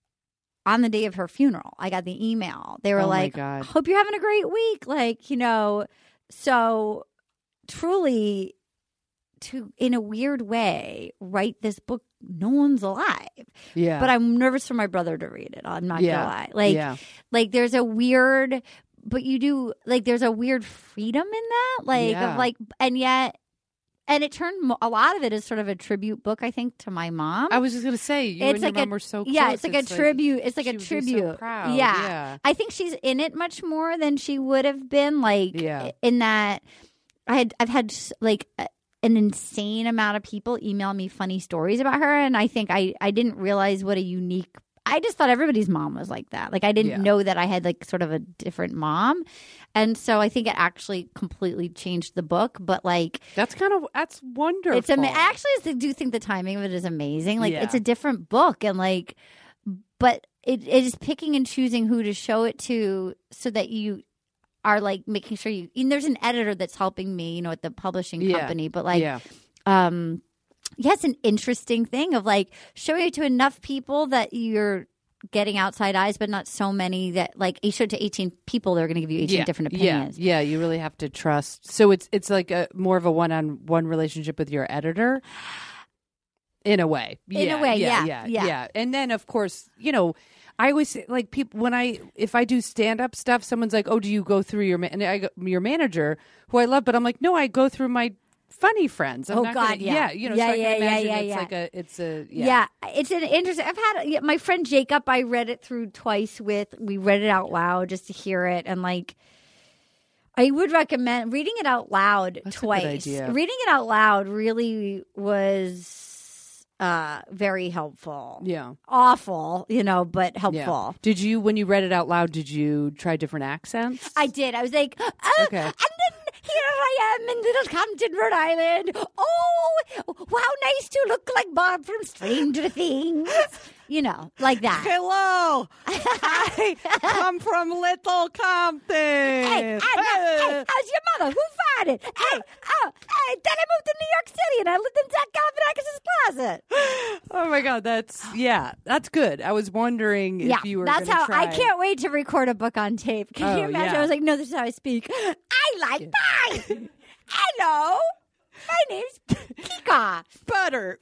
C: on the day of her funeral. I got the email. They were
E: Oh, my
C: like,
E: God.
C: "Hope you're having a great week." Like you know, so truly to in a weird way write this book no one's alive
E: Yeah.
C: but i'm nervous for my brother to read it i'm not
E: Yeah.
C: gonna lie like
E: Yeah.
C: like there's a weird but you do like there's a weird freedom in that like
E: Yeah.
C: of like and yet and it turned mo- a lot of it is sort of a tribute book i think to my mom
E: I was just gonna say you and your mom were so close.
C: yeah it's like a tribute it's like a
E: she would be so
C: tribute
E: proud.
C: yeah.
E: Yeah.
C: i think she's in it much more than she would have been like
E: Yeah.
C: in that i had i've had s- like a, an insane amount of people email me funny stories about her and i think i i didn't realize what a unique I just thought everybody's mom was like that. Like I didn't
E: Yeah.
C: know that I had like sort of a different mom. And so I think it actually completely changed the book, but like
E: That's kind of that's wonderful.
C: it's ama- actually I do think the timing of it is amazing. Like
E: Yeah.
C: it's a different book and like but it, it is picking and choosing who to show it to so that you are like making sure you and there's an editor that's helping me, you know, at the publishing
E: Yeah.
C: company, but like
E: Yeah.
C: um yeah, it's an interesting thing of like showing it to enough people that you're getting outside eyes, but not so many that like you show it to 18 people, they're going to give you 18 different opinions.
E: Yeah, yeah, you really have to trust. So it's it's like a more of a one on one relationship with your editor. In a way,
C: In a way, yeah,
E: yeah,
C: yeah.
E: And then, of course, you know, I always say, like people when I if I do stand up stuff, someone's like, "Oh, do you go through your ma-? and I go, your manager who I love?" But I'm like, "No, I go through my funny friends." I'm
C: Oh,
E: not
C: God,
E: gonna-
C: yeah.
E: you know,
C: Yeah,
E: so I can
C: yeah, yeah,
E: imagine
C: yeah,
E: it's
C: yeah.
E: like a it's a yeah.
C: Yeah. it's an interesting. I've had yeah, my friend Jacob. I read it through twice with. We read it out loud just to hear it, and like, I would recommend reading it out loud
E: That's a good
C: twice.
E: idea.
C: Reading it out loud really was uh very helpful.
E: Yeah.
C: awful, you know, but
E: Yeah.
C: helpful.
E: Did you when you read it out loud? Did you try different accents?
C: I did. I was like, oh,
E: Okay.
C: and then here I am in Little Compton, Rhode Island. Oh, how nice to look like Bob from Stranger Things. You know, like that.
E: Hello, I come from Little Compton.
C: Hey, Anna, hey, how's your mother? Who fired it? Hey, oh, hey, then I moved to New York City and I lived in Zach Galifianakis' closet.
E: oh my God, that's yeah, that's good. I was wondering if you were.
C: that's
E: gonna
C: how I
E: try-
C: can't wait to record a book on tape. Can you
E: Oh,
C: imagine?
E: yeah.
C: I was like, no, this is how I speak. I like pie. Hello, my name's Kika.
E: butter.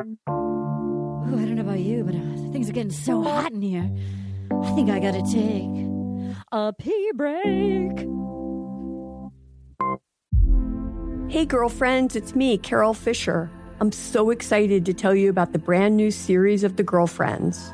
C: Ooh, I don't know about you, but uh, things are getting so hot in here. I think I gotta take a pee break.
G: Hey, girlfriends, it's me, Carol Fisher. I'm so excited to tell you about the brand new series of The Girlfriends.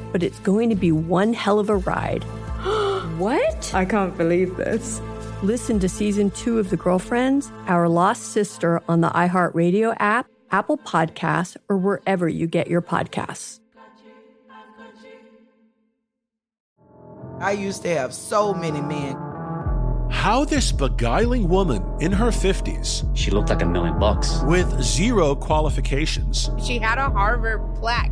G: but it's going to be one hell of a ride. what? I can't believe this. Listen to season two of The Girlfriends, Our Lost Sister on the iHeartRadio app, Apple Podcasts, or wherever you get your podcasts.
H: I used to have so many men.
I: How this beguiling woman in her 50s. She looked like a million bucks. With zero qualifications,
J: She had a Harvard plaque.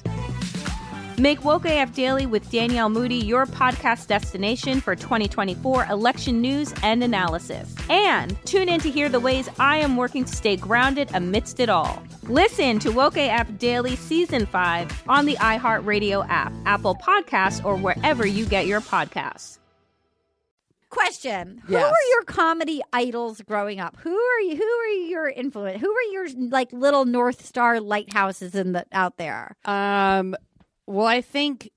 K: Make Woke AF Daily with Danielle Moody your podcast destination for 2024 election news and analysis. And tune in to hear the ways I am working to stay grounded amidst it all. Listen to Woke AF Daily Season 5 on the iHeartRadio app, Apple Podcasts, or wherever you get your podcasts.
C: Question: Who
K: Yes.
C: were your comedy idols growing up? Who are you? Who are your influence? Who were your like little North Star lighthouses in the out there?
E: Um, well, I think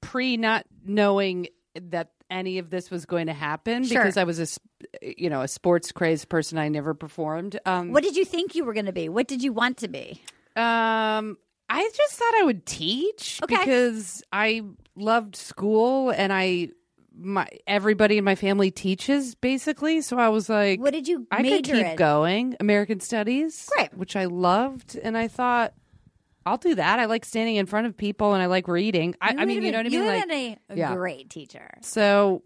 E: pre not knowing that any of this was going to happen
C: Sure.
E: because I was a s- you know a sports crazed person. I never performed. Um,
C: What did you think you were going to be? What did you want to be?
E: Um, I just thought I would teach because I loved school and I my everybody in my family teaches basically. So I was like,
C: What did you
E: I could
C: major
E: keep
C: in?
E: going American Studies, right? Which I loved, and I thought. I'll do that. I like standing in front of people and I like reading. I,
C: You
E: I
C: would've
E: mean, you
C: been-
E: know what I
C: you
E: mean?
C: would've
E: Like,
C: been a
E: yeah.
C: great teacher.
E: So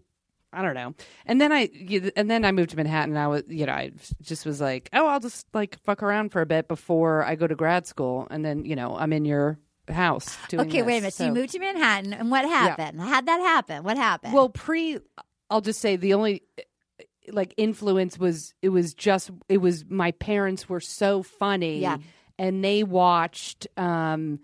E: I don't know. And then I you- and then I moved to Manhattan. I was you know I just was like, oh, I'll just like fuck around for a bit before I go to grad school, and then you know I'm in your house. Doing
C: okay, wait a
E: this.
C: minute. So,
E: So-
C: you moved to Manhattan, and what happened? How'd that happen? What happened?
E: Well, pre, I'll just say the only like influence was it was just it was my parents were so funny,
C: Yeah.
E: and they watched. um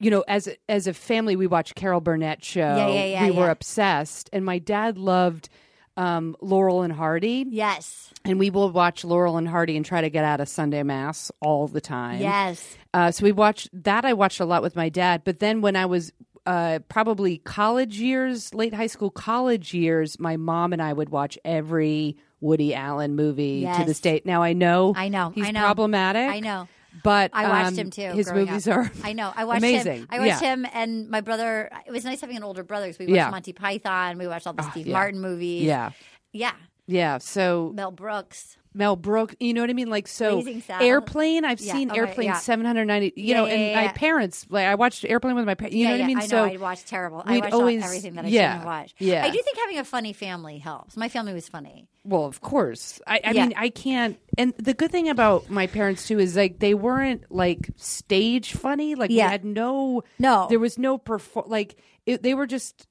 E: you know, as as a family, we watched Carol Burnett show.
C: Yeah, yeah, yeah,
E: we were
C: yeah.
E: obsessed, and my dad loved um, Laurel and Hardy.
C: Yes,
E: and we will watch Laurel and Hardy and try to get out of Sunday Mass all the time.
C: Yes.
E: Uh, so we watched that. I watched a lot with my dad. But then when I was uh, probably college years, late high school, college years, my mom and I would watch every Woody Allen movie to
C: Yes.
E: this day. Now I know,
C: I know.
E: he's
C: I know.
E: problematic.
C: I know.
E: but
C: I watched
E: um,
C: him too.
E: His
C: growing
E: movies
C: up.
E: are
C: I know. I watched
E: amazing.
C: him. I watched
E: Yeah.
C: him and my brother. It was nice having an older brother. 'cause we watched
E: Yeah. Ah,
C: Monty Python. We watched all the Steve
E: yeah.
C: Martin movies.
E: Yeah,
C: yeah.
E: yeah. So
C: Mel Brooks.
E: Mel Brooks. You know what I mean? Like so,
C: Blazing Saddles.
E: airplane. I've
C: Yeah.
E: seen
C: Oh, right.
E: airplane
C: Yeah.
E: seven hundred ninety. You
C: Yeah,
E: know,
C: yeah,
E: and
C: yeah,
E: my
C: yeah.
E: parents. Like I watched airplane with my parents. You
C: yeah,
E: know what
C: yeah.
E: I mean?
C: know.
E: so
C: I watched terrible. I
E: we'd
C: watched
E: always-
C: all, everything that I
E: yeah,
C: shouldn't watch.
E: yeah.
C: I do think having a funny family helps. My family was funny.
E: Well, of course. I, I
C: Yeah.
E: mean, I can't. And the good thing about my parents too is like they weren't like stage funny. Like
C: Yeah.
E: they had no,
C: no,
E: there was no perform. Like it, they were just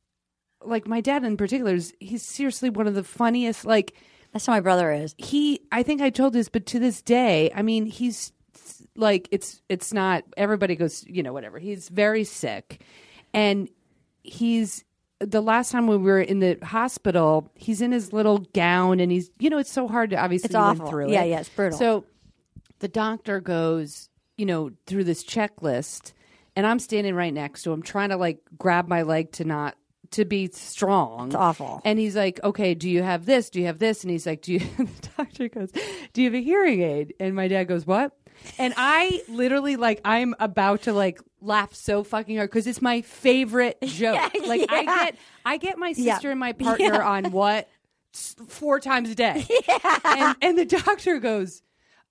E: like my dad in particular is he's seriously one of the funniest. Like
C: that's how my brother is.
E: He, I think I told this, but to this day, I mean, he's like it's it's not everybody goes you know whatever. He's very sick, and he's the last time we were in the hospital, he's in his little gown and he's you know it's so hard to obviously
C: It's
E: live
C: awful.
E: through
C: Yeah,
E: it.
C: yeah, it's brutal.
E: So the doctor goes, you know, through this checklist and I'm standing right next to him trying to like grab my leg to not to be strong.
C: It's awful.
E: And he's like, "Okay, do you have this? Do you have this?" And he's like, "Do you?" the doctor goes, "Do you have a hearing aid?" And my dad goes, "What?" And I literally like I'm about to like laugh so fucking hard because it's my favorite joke. like I
C: yeah.
E: get I get my
C: Yeah.
E: sister and my partner
C: Yeah.
E: on what S- four times a day. And, and the doctor goes,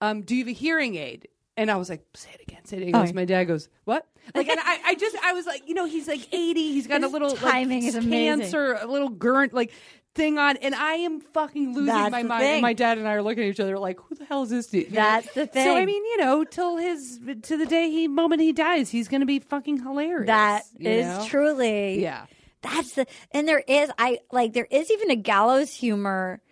E: um, "Do you have a hearing aid?" And I was like, "Say it again, say it again."
C: Oh,
E: Goes,
C: yeah.
E: My dad goes, "What?" Like, and I, I just I was like, you know, he's like eighty. He's got a
C: His
E: little like,
C: timing is amazing.
E: cancer, a little gurnt like thing on, and I am fucking losing
C: That's
E: my
C: the
E: mind. And
C: thing.
E: my dad and I are looking at each other like, "Who the hell is this dude?" You know?
C: That's the thing.
E: So I mean, you know, till his to the day he moment he dies, he's gonna be fucking hilarious.
C: That is
E: you know?
C: truly.
E: Yeah.
C: That's the and there is I like there is even a gallows humor.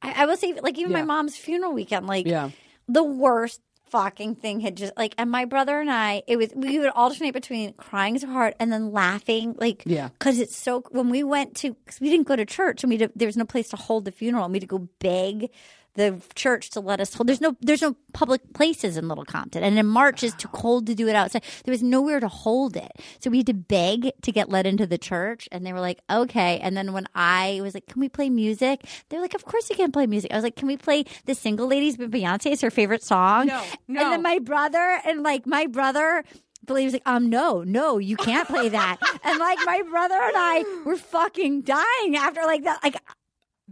C: I, I will say like even my
E: Yeah.
C: mom's funeral weekend, like
E: Yeah.
C: the worst fucking thing had just like and my brother and I it was we would alternate between crying so hard and then laughing like
E: Yeah.
C: because it's so when we went to because we didn't go to church and we did, there was no place to hold the funeral and we had to go beg the church to let us hold there's no there's no public places in little compton and in march it's too cold to do it outside there was nowhere to hold it so we had to beg to get let into the church and they were like okay and then when i was like can we play music they're like of course you can play music i was like can we play the single ladies by beyonce it's her favorite song
E: No,
C: and then my brother and like my brother believes like um no no you can't play that and like my brother and I were fucking dying after like that like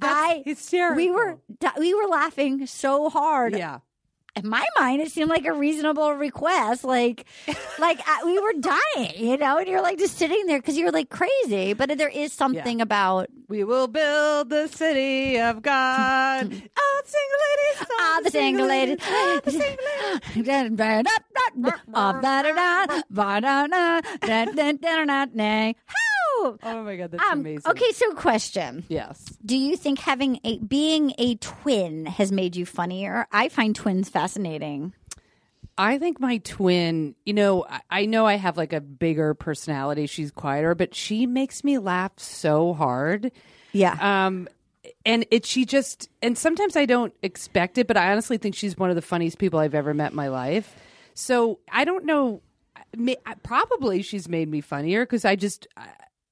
C: I hysterical we were di- we were laughing so hard
E: yeah
C: in my mind it seemed like a reasonable request like like I, we were dying you know and you're like just sitting there because you're like crazy but there is something about
E: we will build the city of God. all the single ladies,
C: all the single ladies, all the single ladies. Dun, dun, dun, dun, dun, ba-da-da, ba-da-da, dun, dun, dun, dun, dun. How?
E: Oh my god, that's
C: Um,
E: amazing.
C: Okay, so question.
E: Yes.
C: Do you think having a being a twin has made you funnier? I find twins fascinating.
E: I think my twin, you know, I, I know I have like a bigger personality. She's quieter, but she makes me laugh so hard.
C: Yeah.
E: Um, and it, she just, and sometimes I don't expect it, but I honestly think she's one of the funniest people I've ever met in my life. So I don't know. may- Probably she's made me funnier because I just, I-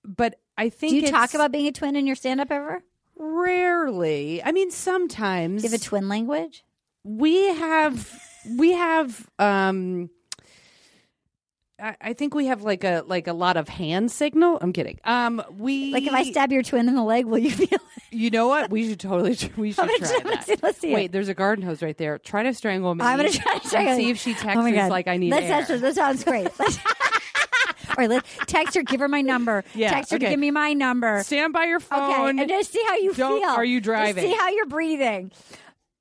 E: but I think
C: Do you talk
E: it's-
C: about being a twin in your stand up ever?
E: Rarely. I mean, sometimes.
C: Do you have a twin language?
E: We have, we have, um, I, I think we have like a like a lot of hand signal. I'm kidding. Um, we
C: Like if I stab your twin in the leg, will you feel
E: you know what? We should totally we should
C: Let's-
E: try
C: let's-
E: that.
C: let's see it.
E: Wait, there's a garden hose right there. Try to strangle me.
C: I'm gonna try to try
E: and see if she texts
C: oh my
E: us
C: God.
E: like I need
C: Let's
E: air.
C: text her. That sounds great. Let's- or let text her. Give her my number.
E: Yeah,
C: text her. to
E: okay.
C: Give me my number.
E: Stand by your
C: Okay,
E: phone.
C: and just see how you
E: Don't-
C: feel.
E: are you
C: Just
E: driving?
C: see how you're breathing.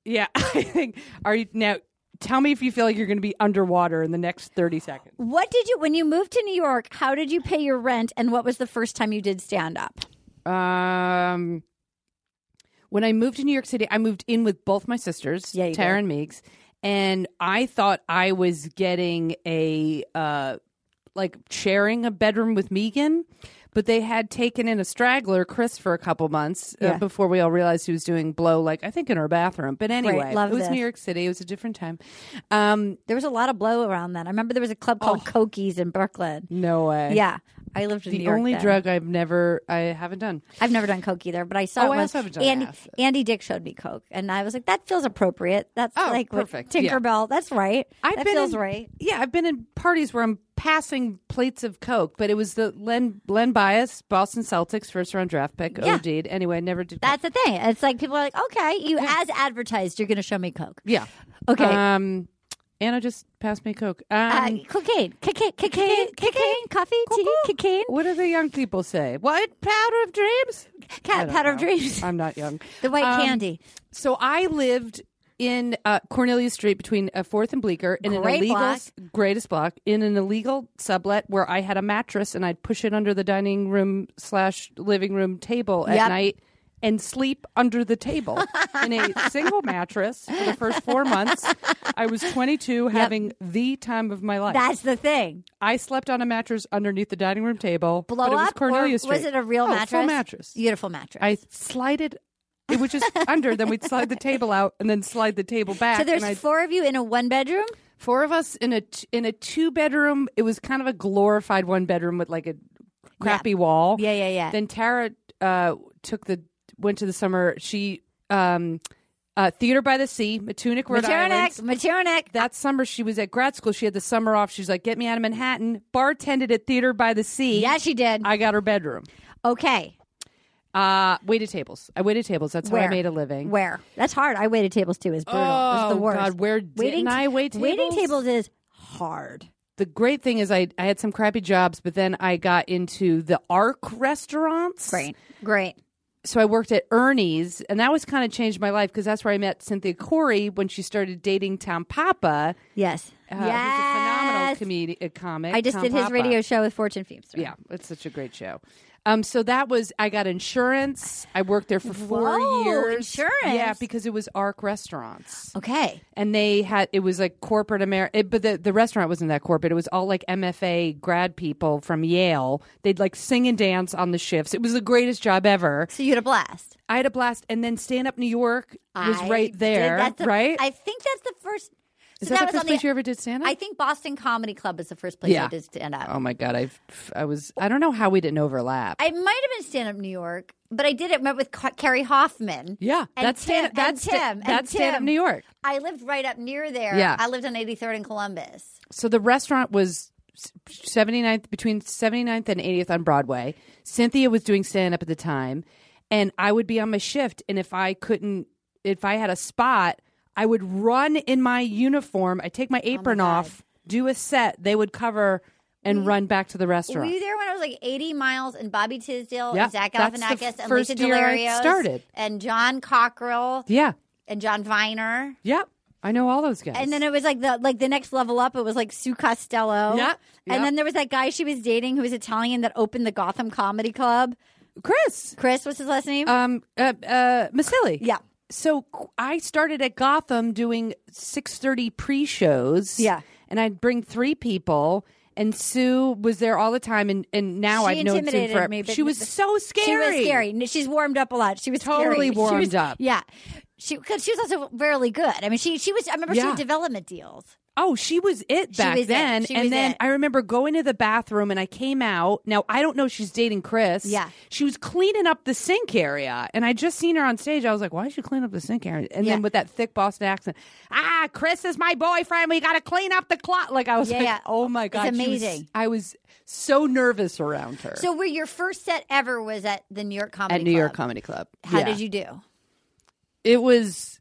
E: Yeah, I think. Are you now? Tell me if you feel like you're going to be underwater in the next thirty seconds.
C: What did you when you moved to New York? How did you pay your rent? And what was the first time you did stand up?
E: Um, when I moved to New York City, I moved in with both my sisters,
C: Yeah, you
E: Tara
C: did.
E: and Meeks, and I thought I was getting a uh, like sharing a bedroom with Megan, but they had taken in a straggler, Chris, for a couple months uh,
C: Yeah.
E: before we all realized he was doing blow, like I think in her bathroom. But anyway,
C: love
E: it was
C: this.
E: New York City; it was a different time. Um,
C: There was a lot of blow around then. I remember there was a club called Cokies in Brooklyn.
E: Oh. no way.
C: Yeah, I lived in
E: the
C: New York
E: only
C: then.
E: drug I've never, I haven't done.
C: I've never done coke either, but I saw it
E: Oh, I
C: once.
E: also haven't done
C: Andy,
E: acid.
C: Andy Dick showed me coke, and I was like, "That feels appropriate. That's
E: Oh,
C: like what
E: perfect. Yeah.
C: Tinkerbell. That's right.
E: I've
C: that
E: been
C: feels
E: in-
C: right."
E: Yeah, I've been in parties where I'm passing plates of Coke, but it was the Len Len Bias Boston Celtics first round draft pick.
C: Yeah.
E: OD'd. Anyway, I never did. Coke.
C: That's the thing. It's like people are like, "Okay, you as advertised, you're going to show me coke."
E: yeah.
C: Okay.
E: Um, Anna just passed me Coke. Um,
C: uh, cocaine, cocaine, cocaine, cocaine, coffee, tea, cocaine,
E: what do the young people say? What powder of dreams? I
C: cat
E: don't
C: powder of
E: know.
C: dreams,
E: I'm not young.
C: the white
E: Um,
C: candy.
E: So I lived in uh, Cornelia Street between uh, Fourth and Bleecker in
C: Great
E: an illegal
C: block.
E: greatest block in an illegal sublet where I had a mattress and I'd push it under the dining room slash living room table at
C: Yep.
E: night and sleep under the table in a single mattress for the first four months. I was 22, having the time of my life.
C: That's the thing.
E: I slept on a mattress underneath the dining room table.
C: Blow
E: but it was
C: up,
E: Cornelia
C: or
E: Street.
C: was it a real
E: Oh,
C: mattress?
E: Full mattress.
C: beautiful mattress.
E: I slided. It was just under. Then we'd slide the table out, and then slide the table back.
C: so there's
E: and I'd-
C: four of you in a one bedroom.
E: four of us in a t- in a two bedroom. It was kind of a glorified one bedroom with like a crappy wall.
C: Yeah, yeah, yeah.
E: Then Tara uh, took the went to the summer. She um, Uh, Theater by the Sea, Matunic, Rhode Island.
C: Matunic, Matunic.
E: That summer she was at grad school. She had the summer off. She's like, get me out of Manhattan. Bartended at Theater by the Sea.
C: Yeah, she did.
E: I got her bedroom.
C: Okay.
E: Uh, waited tables. I waited tables. That's how I
C: Where?
E: made a living.
C: Where? That's hard. I waited tables too. Is brutal. it's
E: Oh,
C: the worst.
E: God, where didn't I wait
C: Waiting
E: tables?
C: tables is hard.
E: The great thing is I, I had some crappy jobs, but then I got into the Arc restaurants.
C: Great. Great.
E: so I worked at Ernie's, and that was kind of changed my life because that's where I met Cynthia Corey when she started dating Tom Papa.
C: Yes,
E: uh, who's a phenomenal
C: Yes.
E: comedi- uh, comic.
C: I just
E: Tom
C: did his
E: Papa.
C: radio show with Fortune Feemster.
E: Yeah, it's such a great show. Um, so that was I got insurance. I worked there for four
C: Whoa,
E: years.
C: insurance.
E: yeah, because it was Arc Restaurants,
C: Okay.
E: and they had it was like corporate America, but the the restaurant wasn't that corporate. It was all like MFA grad people from Yale. They'd like sing and dance on the shifts. It was the greatest job ever.
C: So you had a blast.
E: I had a blast, and then Stand Up New York was
C: I
E: right
C: did-
E: there,
C: that's the-
E: right?
C: I think that's the first.
E: Is
C: so
E: that the
C: was
E: first
C: on
E: place you ever did stand up?
C: I think Boston Comedy Club is the first place
E: Yeah.
C: I did stand up.
E: oh my god, I I was I don't know how we didn't overlap.
C: I might have been stand up New York, but I did it with Ca- Carrie Hoffman.
E: yeah,
C: And
E: that's
C: Tim,
E: stand up. That's
C: and Tim,
E: stand-
C: and
E: that's stand up
C: Tim.
E: New York.
C: I lived right up near there.
E: Yeah.
C: I lived on 83rd and Columbus.
E: So the restaurant was 79th between 79th and 80th on Broadway. Cynthia was doing stand up at the time, and I would be on my shift, and if I couldn't, if I had a spot, I would run in my uniform. I would take my
C: Oh
E: apron off, do a set. They would cover and run back to the
C: Were
E: restaurant.
C: you there when I was like 80 miles and Bobby Tisdale
E: Yeah,
C: and Zach
E: that's the
C: Galifianakis and
E: first
C: Lisa
E: year I
C: Delarios
E: started.
C: and John Cockrell
E: yeah,
C: and John Viner?
E: yep. I know all those guys.
C: And then it was like the like the next level up. It was like Sue Costello.
E: Yep, yep.
C: And then there was that guy she was dating who was Italian that opened the Gotham Comedy Club.
E: Chris.
C: Chris, what's his last name?
E: Um, uh, uh, Maselli.
C: Yeah.
E: So qu- I started at Gotham doing six thirty pre shows.
C: Yeah.
E: and I'd bring three people, and Sue was there all the time, and and now
C: she
E: I've known Sue
C: intimidated
E: for
C: me. but-
E: she was so scary.
C: She was scary. No, She's warmed up a lot. She was
E: Totally
C: scary. She
E: warmed
C: was-
E: up.
C: Yeah, she because she was also really good. I mean, she she was. I remember she
E: Yeah.
C: had development deals.
E: Oh, she was it
C: She
E: back
C: was it.
E: then.
C: She
E: and
C: was
E: then
C: it.
E: I remember going to the bathroom and I came out. Now I don't know if she's dating Chris.
C: Yeah.
E: She was cleaning up the sink area. And I just seen her on stage. I was like, why is she cleaning up the sink area? And
C: Yeah.
E: then with that thick Boston accent, ah, Chris is my boyfriend. We gotta clean up the clock. Like I was
C: Yeah,
E: like,
C: yeah.
E: oh my
C: It's
E: god. she was-
C: amazing.
E: I was so nervous around her.
C: So, where your first set ever was at the New York Comedy
E: at New
C: Club.
E: York Comedy Club.
C: How
E: Yeah.
C: did you do?
E: it was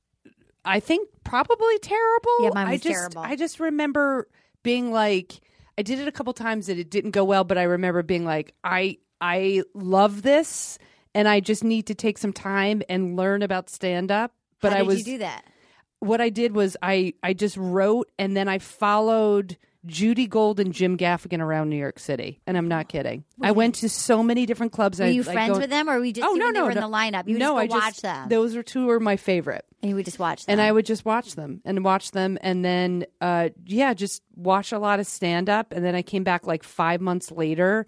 E: i think probably terrible
C: Yeah, mine
E: i
C: was
E: just
C: terrible.
E: i just remember being like i did it a couple times and it didn't go well but i remember being like i i love this and i just need to take some time and learn about stand up but
C: How
E: i
C: did
E: was
C: you do that?
E: what i did was i i just wrote and then i followed Judy Gold and Jim Gaffigan around New York City, and I'm not kidding. I went to so many different clubs.
C: Were
E: I,
C: you
E: I
C: friends
E: go-
C: with them, or were you just
E: oh
C: even
E: no,
C: they
E: no,
C: were in
E: no.
C: the lineup? You would
E: no,
C: just go
E: I
C: watch
E: just,
C: them,
E: Those are two were my favorite.
C: and you would just watch them.
E: And I would just watch them and watch them and then uh yeah, just watch a lot of stand up and then I came back like 5 months later,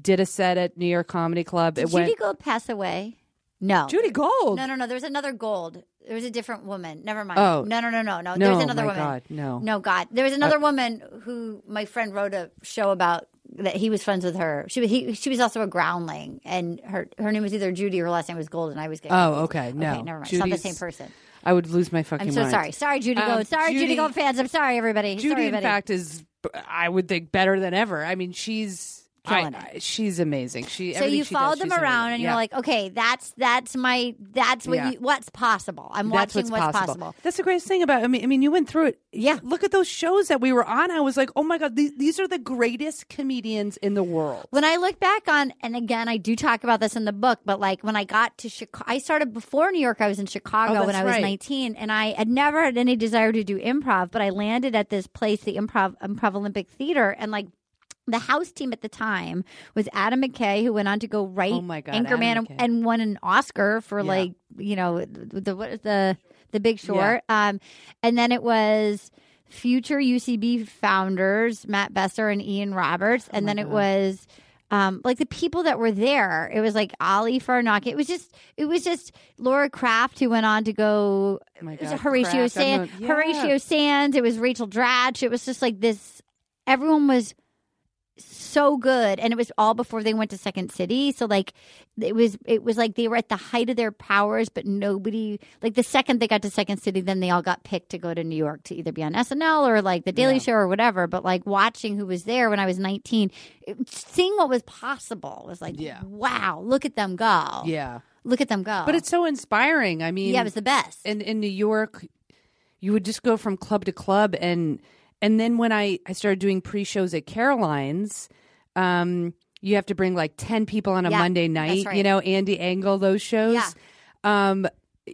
E: did a set at New York Comedy Club.
C: did
E: it
C: Judy
E: went
C: Gold pass away? No,
E: Judy Gold.
C: No, no, no. There was another Gold. There was a different woman. Never mind.
E: Oh.
C: no, no, no, no, no. There was
E: No,
C: another
E: my
C: woman.
E: God, no.
C: no, God. There was another woman who my friend wrote a show about that he was friends with her. She he, she was also a groundling, and her her name was either Judy or her last name was Gold, and I was getting
E: Oh,
C: confused.
E: okay. No.
C: okay, never mind. It's not the
E: Judy's-
C: same person.
E: I would lose my fucking
C: I'm so
E: mind.
C: sorry. Sorry, Judy
E: Um,
C: Gold. Sorry, Judy,
E: Judy-
C: Gold fans. I'm sorry, everybody.
E: Judy
C: sorry,
E: in
C: everybody.
E: fact is I would think better than ever. I mean, she's
C: Killing
E: I, I- she's amazing. She
C: so
E: everything
C: you
E: she
C: followed
E: does,
C: them
E: she's
C: around,
E: amazing.
C: and
E: Yeah.
C: you're like, okay, that's that's my that's what
E: Yeah.
C: you, what's possible. I'm
E: That's
C: watching
E: what's, possible.
C: possible.
E: That's the greatest thing about. I mean, I mean, you went through it. Yeah, look at those shows that we were on. I was like, oh my god, these, these are the greatest comedians in the world.
C: When I look back on, and again, I do talk about this in the book, but like when I got to Chicago, I started before New York. I was in Chicago
E: Oh,
C: when
E: that's
C: I was
E: right.
C: 19, and I had never had any desire to do improv, but I landed at this place, the Improv Improv Olympic Theater, and like. The house team at the time was Adam McKay, who went on to go write
E: Oh my God,
C: Anchorman
E: Adam
C: and, and won an Oscar for like you know the, the what is the the Big Short. Um, and then it was future UCB founders Matt Besser and Ian Roberts,
E: Oh
C: and then it was um, like the people that were there. It was like Ali Farnock. It was just it was just Laura Kraft who went on to go. it was
E: Oh God,
C: Horatio
E: Kraft, I'm
C: Sands.
E: not- yeah.
C: Horatio Sands. It was Rachel Dratch. It was just like this. Everyone was so good and it was all before they went to second city so like it was it was like they were at the height of their powers but nobody like the second they got to second city then they all got picked to go to new york to either be on snl or like the daily show or whatever but like watching who was there when i was 19 it- seeing what was possible was like
E: Yeah.
C: wow look at them go
E: Yeah.
C: look at them go
E: But it's so inspiring. I mean,
C: Yeah, it was the best.
E: In in New York, you would just go from club to club, and and then when I I started doing pre shows at Caroline's, um, you have to bring like ten people on a
L: Yeah,
E: Monday
L: that's
E: night. You
L: right.
E: know, Andy Angle those shows.
L: Yeah.
E: Um,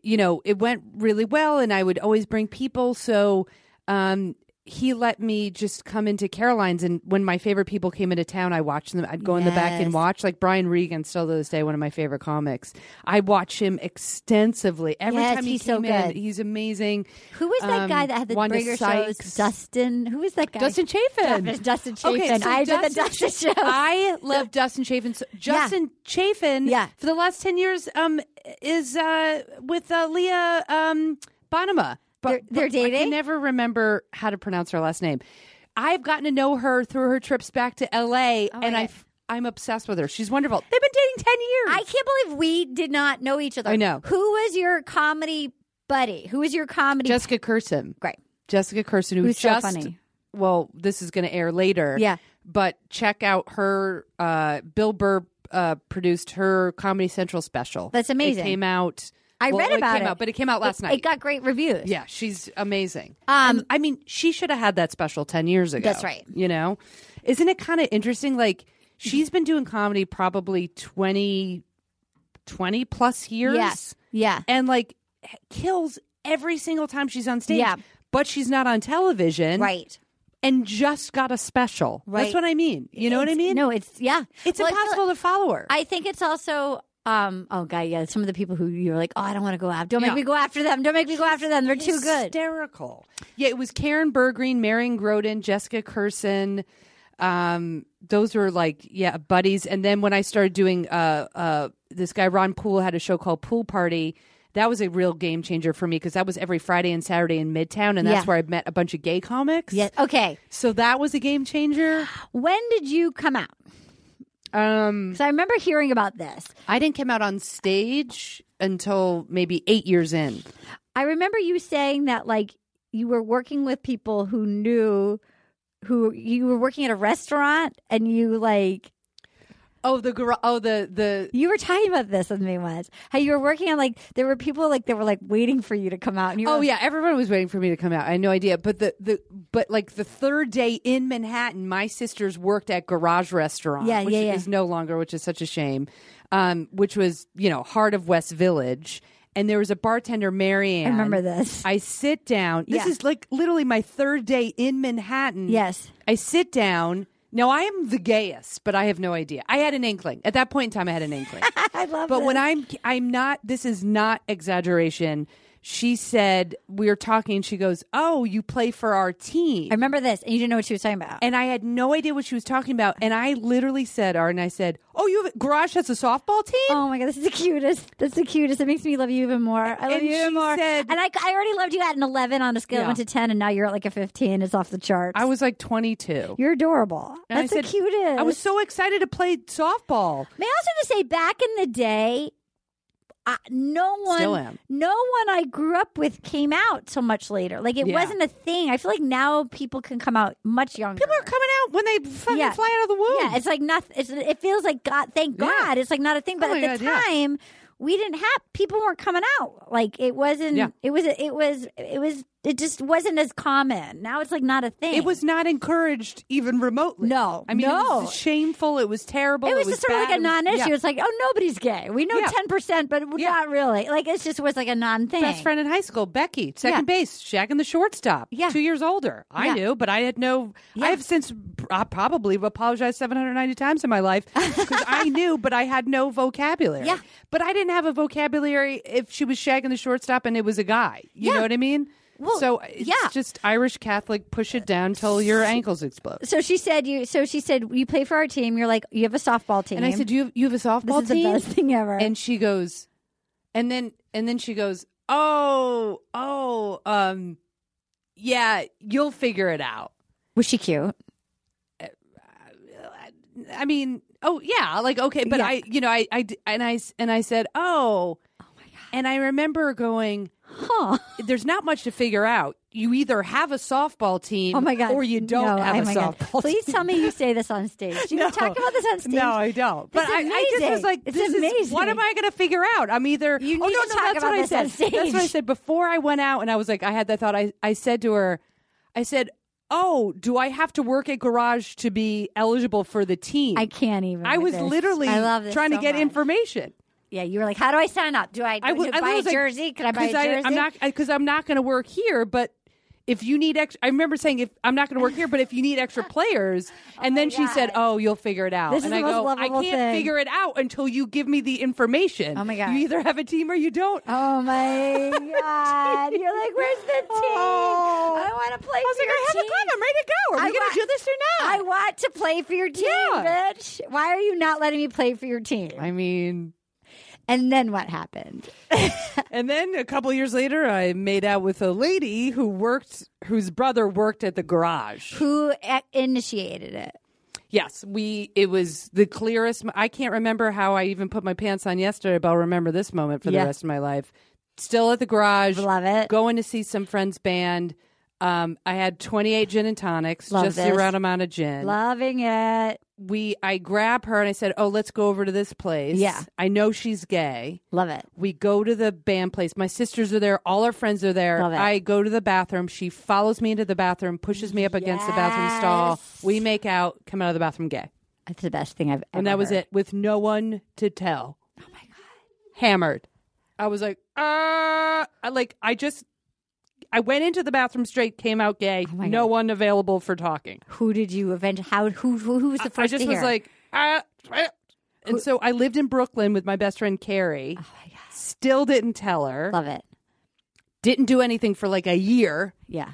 E: you know, it went really well, and I would always bring people. So, um. He let me just come into Caroline's, and when my favorite people came into town, I watched them. I'd go in the back and
L: Yes.
E: watch watch like Brian Regan still to this day one of my favorite comics. I watch him extensively every
C: Yes,
E: time he
C: he's so
E: came in.
C: good.
E: He's amazing.
C: Who was that
E: Um,
C: guy that had the
E: Wanda
C: bigger
E: Sykes.
C: shows? Dustin. Who was that guy?
E: Dustin Chafin.
C: Dustin, Dustin Chafin.
E: Okay, so
C: I did the Dustin show.
E: I love Dustin Chafin. So Justin Chafin. Yeah. For the last ten years, um, is uh with uh, Leah um Bonema. But they're, dating. I can never remember how to pronounce her last name. I've gotten to know her through her trips back to L.A.
C: Oh
E: and I. I'm obsessed with her. She's wonderful. They've been dating 10 years.
C: I can't believe we did not know each other.
E: I know.
C: Who was your comedy buddy? Who was your comedy?
E: Jessica Curson.
C: Great.
E: Jessica Curson, who
C: Who's so
E: just
C: funny.
E: well, this is going to air later.
C: Yeah.
E: but check out her. Uh, Bill Burr uh, produced her Comedy Central special.
C: That's
E: It
C: amazing.
E: came out.
C: I
E: well,
C: read about
E: came
C: it.
E: out, but it came out last
C: It-
E: night.
C: It got great reviews.
E: yeah, she's amazing.
C: Um,
E: And, I mean, she should have had that special ten years ago.
C: That's right.
E: You know, isn't it kind of interesting? Like she's been doing comedy probably 20, 20 plus years.
C: Yes. Yeah.
E: and like h- kills every single time she's on stage.
C: Yeah.
E: But she's not on television.
C: Right.
E: And just got a special.
C: Right.
E: That's what I mean. You know what I
C: It's-
E: mean?
C: No, it's yeah.
E: It's impossible to follow her.
C: I think it's also um oh god, yeah, some of the people who you're like, "Oh, I don't want to go after. Don't
E: Yeah.
C: make me go after them. Don't make me go after them. They're too good."
E: Hysterical. Yeah, it was Karen Bergreen, Marion Groden, Jessica Curson. Um, those were like, yeah, buddies. And then when I started doing uh, uh, this guy, Ron Poole, had a show called Pool Party. That was a real game changer for me because that was every Friday and Saturday in Midtown, and that's
C: Yeah.
E: where I met a bunch of gay comics.
C: Yes. Okay.
E: So that was a game changer.
C: When did you come out?
E: Um,
C: I remember hearing about this.
E: I didn't come out on stage until maybe eight years in.
C: I remember you saying that like you were working with people who knew who you were working at a restaurant and you like
E: Oh, the gar- oh the the
C: you were talking about this with me once. How you were working on like there were people like they were like waiting for you to come out and you were
E: Oh
C: like,
E: yeah, everyone was waiting for me to come out. I had no idea, but the the but like the third day in Manhattan, my sisters worked at Garage Restaurant,
C: Yeah,
E: which
C: yeah, yeah.
E: is no longer, which is such a shame. Um, which was you know heart of West Village, and there was a bartender, Marianne.
C: I remember this.
E: I sit down. This
C: Yeah.
E: is like literally my third day in Manhattan.
C: Yes.
E: I sit down. Now I am the gayest, but I have no idea. I had an inkling at that point in time. I had an inkling.
C: I love
E: But when
C: this.
E: I'm I'm not this is not exaggeration. She said we were talking she goes, "Oh, you play for our team."
C: I remember this and you didn't know what she was talking about.
E: And I had no idea what she was talking about and I literally said, "Art," and I said, "Oh, you have, Garage has a softball team?"
C: Oh my god, this is the cutest. That's the cutest. It makes me love you even more. I love
E: And
C: you
E: she
C: even more.
E: said-
C: and I, I already loved you at an 11 on a scale of
E: Yeah.
C: 1 to 10 and now you're at like a 15. It's off the charts.
E: I was like 22.
C: you're adorable.
E: And
C: That's
E: I
C: the
E: said,
C: cutest.
E: I was so excited to play softball.
C: May I also just say, back in the day, I, no one,
E: Still am.
C: no one I grew up with came out so much later. Like it
E: Yeah.
C: wasn't a thing. I feel like now people can come out much younger. People
E: are coming out when they fucking fly out of the womb.
C: Yeah, it's like nothing. It's, it feels like God. Thank
E: Yeah.
C: God, it's like not a thing. But
E: Oh my
C: at the
E: God, yeah.
C: time, we didn't have people weren't coming out. Like it wasn't.
E: Yeah.
C: It was. It was. It was. It just wasn't as common. Now it's like not a thing.
E: It was not encouraged even remotely. No. I mean, it
C: no.
E: was shameful, it was terrible.
C: It was, just sort of like
E: bad,
C: a
E: it was-
C: non-issue.
E: yeah.
C: It's like, oh, nobody's gay. We know
E: Yeah.
C: ten percent, but not really. Like it just was like a non-thing.
E: best friend in high school, Becky, second
C: Yeah.
E: base, Shaq in the shortstop. Yeah. Two years older. I
C: Yeah.
E: knew, but I had no. I have since uh, probably apologized 790 times in my life because I knew, but I had no vocabulary. Yeah. But I didn't have a vocabulary if she was Shaq in the shortstop and it was a guy. You know what I mean?
C: Well,
E: so uh, it's
C: yeah.
E: just Irish Catholic, push it down till your ankles explode.
C: So she said you. So she said you play for our team. You're like you have a softball team.
E: And I said, "You have, you have a softball
C: is the
E: team."
C: best thing ever.
E: And she goes, and then and then she goes, "Oh, oh, um, yeah, you'll figure it out."
C: Was she cute?
E: Uh, I mean, oh yeah, like okay, but
C: Yeah.
E: I, you know, I, I, d- and I, s- and I said, oh, oh my god, and I remember going, huh? There's not much to figure out. You either have a softball team,
C: Oh my god!
E: or you don't
C: No,
E: have
C: oh
E: a
C: my God.
E: softball.
C: Please tell me you say this on stage. Do you
E: No.
C: talk about this on stage?
E: No, I don't. But
C: It's
E: I, I just was
C: amazing.
E: like,
C: It's
E: this is
C: amazing.
E: what am I going to figure out? I'm either you oh
C: need
E: no,
C: to
E: no,
C: talk
E: that's
C: about
E: what I
C: this
E: said.
C: on stage.
E: That's what I said before I went out, and I was like, I had that thought. I I said to her, I said. Oh, do I have to work at Garage to be eligible for the team? I
C: can't even.
E: I
C: with
E: was
C: this.
E: literally
C: I love this
E: trying to
C: so
E: get
C: much.
E: information.
C: Yeah, you were like, how do I sign up? Do I, do I,
E: w-
C: buy
E: was
C: a
E: like,
C: jersey? Can I buy a
E: 'cause
C: jersey?
E: I'm not because I'm not going to work here, but. If you need extra, I remember saying if I'm not going to work here, but if you need extra players, and then she said, "Oh, you'll figure it out."
C: This
E: and
C: is
E: I
C: the most
E: go, "I
C: lovable
E: can't
C: thing."
E: figure it out until you give me the information." Oh my god! You either have a team or you don't.
C: Oh my god! You're like, where's the team?
E: Oh.
C: I want to play. I was for like, your I have team. a club.
E: I'm ready to go. Are we gonna do this or
C: not? I want to play for your team, bitch. Why are you not letting me play for your team?
E: I mean,
C: and then what happened?
E: and then a couple years later, I made out with a lady who worked, whose brother worked at the garage.
C: Who a- initiated it?
E: Yes, we. It was the clearest. I can't remember how I even put my pants on yesterday, but I'll remember this moment for
C: Yeah.
E: the rest of my life. Still at the garage.
C: Love it.
E: Going to see some friends' band. Um, I had twenty eight gin and tonics,
C: Love
E: just
C: this.
E: the right amount of gin.
C: Loving it.
E: We. I grab her and I said, "Oh, let's go over to this place."
C: Yeah.
E: I know she's gay.
C: Love it.
E: We go to the band place. My sisters are there. All our friends are there.
C: Love it.
E: I go to the bathroom. She follows me into the bathroom, pushes me up against the bathroom stall. We make out. Come out of the bathroom gay.
C: That's the best thing I've ever.
E: And that was
C: heard.
E: it, with no one to tell. Oh my god! Hammered. I was like, uh, I like, I just, I went into the bathroom straight, came out gay. no one available for talking.
C: Oh Who did you avenge? How? Who? Who, who was the
E: I-
C: first?
E: I just
C: to
E: was
C: hear?
E: like, uh, uh, and so I lived in Brooklyn with my best friend Carrie. Oh my god! Still didn't tell her.
C: Love it.
E: Didn't do anything for like a year.
C: Yeah.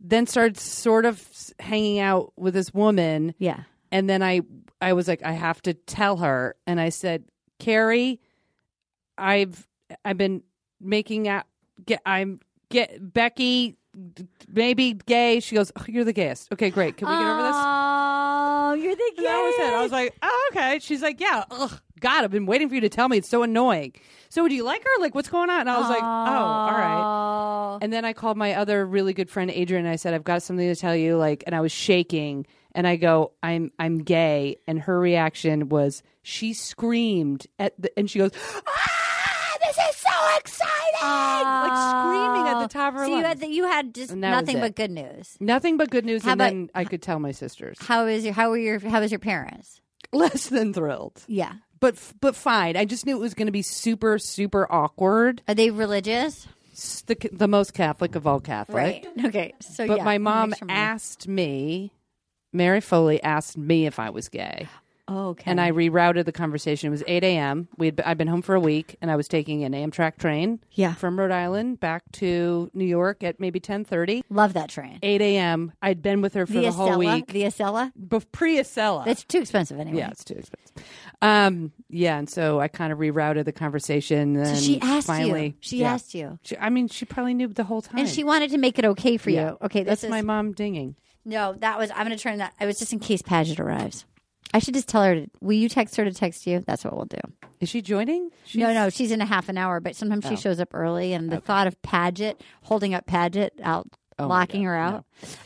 E: Then started sort of s- hanging out with this woman.
C: Yeah.
E: And then I I was like, I have to tell her. And I said, Carrie, I've I've been making out. Get I'm get Becky d- maybe gay. She goes, oh, you're the gayest. Okay, great. Can we get over this?
C: Oh, you're the gayest.
E: That was it. I was like, oh, okay. She's like, yeah. Ugh, God, I've been waiting for you to tell me. It's so annoying. So, do you like her? Like, what's going on? And I was like, oh, all right. And then I called my other really good friend Adrian. And I said, I've got something to tell you. Like, and I was shaking. And I go, I'm I'm gay. And her reaction was, she screamed at the, and she goes,
C: Ah, this is so exciting!
E: Like screaming at the top of her
C: so you
E: lungs.
C: had the, you had just
E: And that was
C: nothing
E: it.
C: but good news.
E: nothing but good news.
C: How
E: and
C: about-
E: then I could tell my sisters.
C: How is your how were your how was your parents?
E: Less than thrilled.
C: Yeah.
E: but but fine. I just knew it was going to be super super awkward.
C: Are they religious?
E: The the most Catholic of all Catholic.
C: Okay. So
E: but
C: yeah,
E: my
C: that
E: mom
C: makes some-
E: asked me, Mary Foley asked me if I was gay.
C: Okay.
E: And I rerouted the conversation. It was 8 a.m. We had I'd been home for a week, and I was taking an Amtrak train
C: Yeah.
E: from Rhode Island back to New York at maybe 10:30.
C: love that train.
E: 8 a.m. I'd been with her for
C: the
E: the whole
C: Acela?
E: week.
C: The Acela?
E: Bef- pre-Acela.
C: That's too expensive anyway.
E: Yeah, it's too expensive. Um, yeah, and so I kind of rerouted the conversation. And
C: So she asked
E: finally,
C: you. She
E: yeah.
C: asked you.
E: She- I mean, she probably knew the whole time,
C: And she wanted to make it okay for
E: Yeah.
C: you. Okay,
E: that's
C: this is,
E: my mom dinging.
C: No, that was I'm gonna turn that I was just in case Paget arrives. I should just tell her to, will you text her to text you? That's what we'll do.
E: Is she joining?
C: no, no, she's in a half an hour, but sometimes
E: Oh.
C: she shows up early, and the thought of Paget holding up Paget out,
E: Oh
C: locking her out.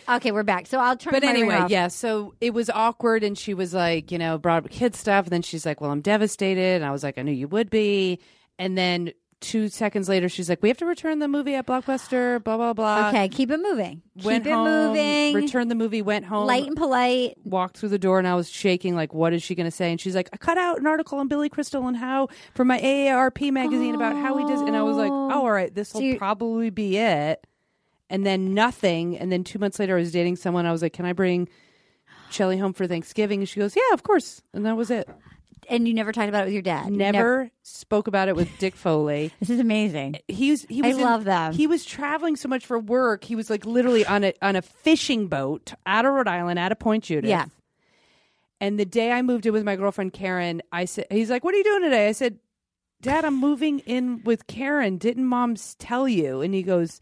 C: Okay, we're back. So I'll turn.
E: But
C: my ring
E: anyway,
C: off.
E: yeah. So it was awkward, and she was like, you know, brought up kid stuff, and then she's like, "Well, I'm devastated," and I was like, "I knew you would be," and then two seconds later, she's like, "We have to return the movie at Blockbuster." Blah blah blah.
C: Okay, keep it moving.
E: Went
C: keep it
E: home,
C: moving.
E: Returned the movie. Went home.
C: Light and polite.
E: walked through the door and I was shaking, like, what is she going to say? And she's like, I cut out an article on Billy Crystal and how from my AARP magazine about how he does. And I was like, oh, all right, this will probably be it. And then nothing. And then two months later, I was dating someone. I was like, can I bring Shelly home for Thanksgiving? And she goes, yeah, of course. And that was it.
C: And you never talked about it with your dad. You
E: Never, spoke about it with Dick Foley.
C: This is amazing.
E: He was. He
C: I
E: was in-
C: love them.
E: He was traveling so much for work. He was like literally on a on a fishing boat out of Rhode Island, out of Point Judith.
C: Yeah.
E: And the day I moved in with my girlfriend Karen, I said, "He's like, what are you doing today?" I said, "Dad, I'm moving in with Karen. Didn't Mom s- tell you?" And he goes,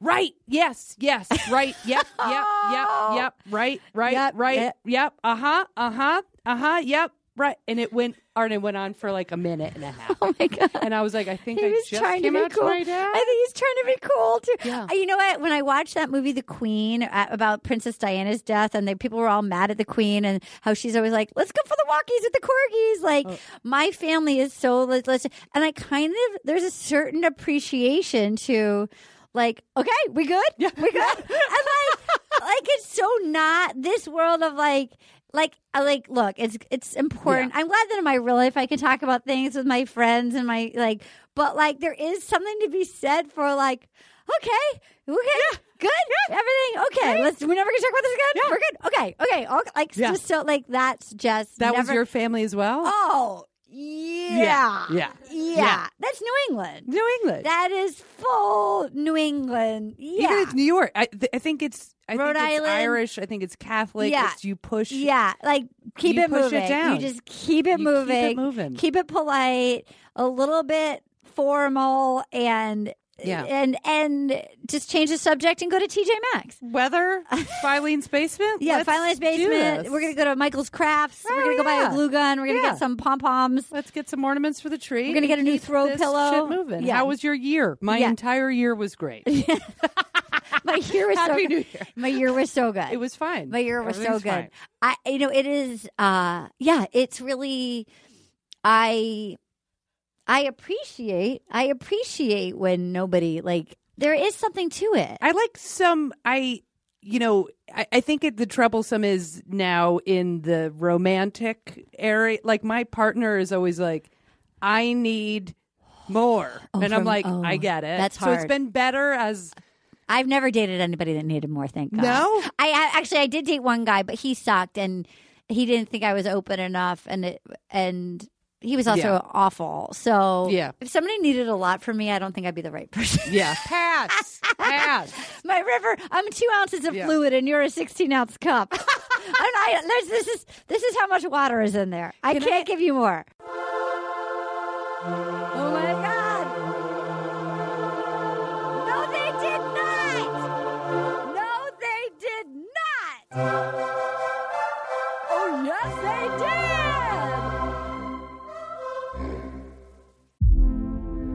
E: "Right, yes, yes, right, yep, yep, yep, yep, right, right, right, yep, uh huh, uh huh." Uh huh. Yep. Right. And it went. Or it went on for like a minute and a half. Oh my god. And I was like, I think
C: He
E: I
C: was
E: just
C: trying to
E: came
C: be
E: out
C: cool.
E: to my dad.
C: I think he's trying to be cool too. Uh, You know what? When I watched that movie, The Queen, uh, about Princess Diana's death, and the people were all mad at the Queen and how she's always like, "Let's go for the walkies with the corgis." Like
E: Oh.
C: my family is so let's, let's- and I kind of there's a certain appreciation to. Like, okay, we good? Yeah. We good? and like, like it's so not this world of like like I like look it's it's important i'm glad that in my real life i can talk about things with my friends and my like but like there is something to be said for like okay okay good everything okay let's we're never gonna talk about this again we're good okay okay all, like
E: Yeah.
C: just so like that's just
E: That was
C: never-
E: your family as well.
C: oh yeah.
E: Yeah.
C: yeah
E: Yeah.
C: that's new england
E: New England.
C: that is full new england yeah
E: Even it's New York. I, th- I think it's. I
C: Rhode
E: think it's
C: Island.
E: Irish. I think it's Catholic.
C: Yeah.
E: It's you push.
C: Yeah, like keep
E: You
C: it
E: push it
C: moving.
E: down.
C: You just keep it
E: You keep it
C: moving.
E: moving.
C: Keep it polite, a little bit formal, and
E: Yeah.
C: and and just change the subject and go to TJ Maxx.
E: Weather, Filene's basement.
C: Yeah,
E: Let's
C: Filene's
E: do
C: basement.
E: this.
C: We're gonna go to Michael's Crafts.
E: Oh,
C: We're gonna go buy
E: yeah.
C: a glue gun. We're gonna
E: Yeah.
C: get some pom poms.
E: Let's get some ornaments for the tree.
C: We're gonna
E: and
C: get a new
E: keep
C: throw
E: this
C: pillow.
E: Shit moving.
C: Yeah.
E: How was your year? My
C: Yeah.
E: entire year was great.
C: My year was so
E: Happy
C: good.
E: New Year.
C: My year was so good.
E: It was fine.
C: My year was so
E: Everything's
C: good.
E: fine.
C: I you know it is uh yeah, it's really I I appreciate I appreciate when nobody like there is something to it.
E: I like some. I you know I, I think it, the troublesome is now in the romantic area. Like my partner is always like, I need more,
C: Oh,
E: and I'm
C: from-
E: like,
C: oh,
E: I get it.
C: that's
E: so it's
C: hard.
E: been better as
C: I've never dated anybody that needed more, thank God.
E: No?
C: I, I actually I did date one guy, but he sucked and he didn't think I was open enough and it, and he was also
E: Yeah.
C: awful. So
E: Yeah.
C: if somebody needed a lot from me, I don't think I'd be the right person.
E: yeah. Pass, pass.
C: My river, I'm two ounces of
E: Yeah.
C: fluid, and you're a 16 ounce cup. I'm not- there's- this is this is how much water is in there. I
E: Can I-
C: can't give you more. Oh my God! No, they did not. No, they did not. Oh yes, they did.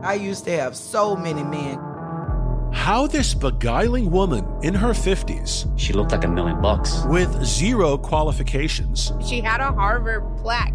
H: I used to have so many men.
I: How this beguiling woman in her 50s, she looked like a million bucks, with zero qualifications,
L: She had a Harvard plaque.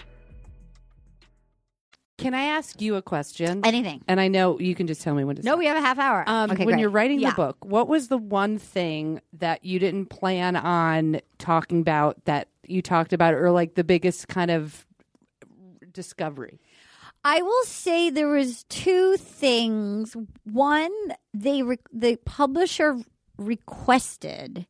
E: Can I ask you a question?
C: Anything.
E: And I know you can just tell me when to
C: No, we have a half hour.
E: Um,
C: Okay,
E: when
C: great.
E: you're writing
C: Yeah.
E: the book, what was the one thing that you didn't plan on talking about that you talked about, or like the biggest kind of discovery?
C: I will say there was two things. One, they re- the publisher requested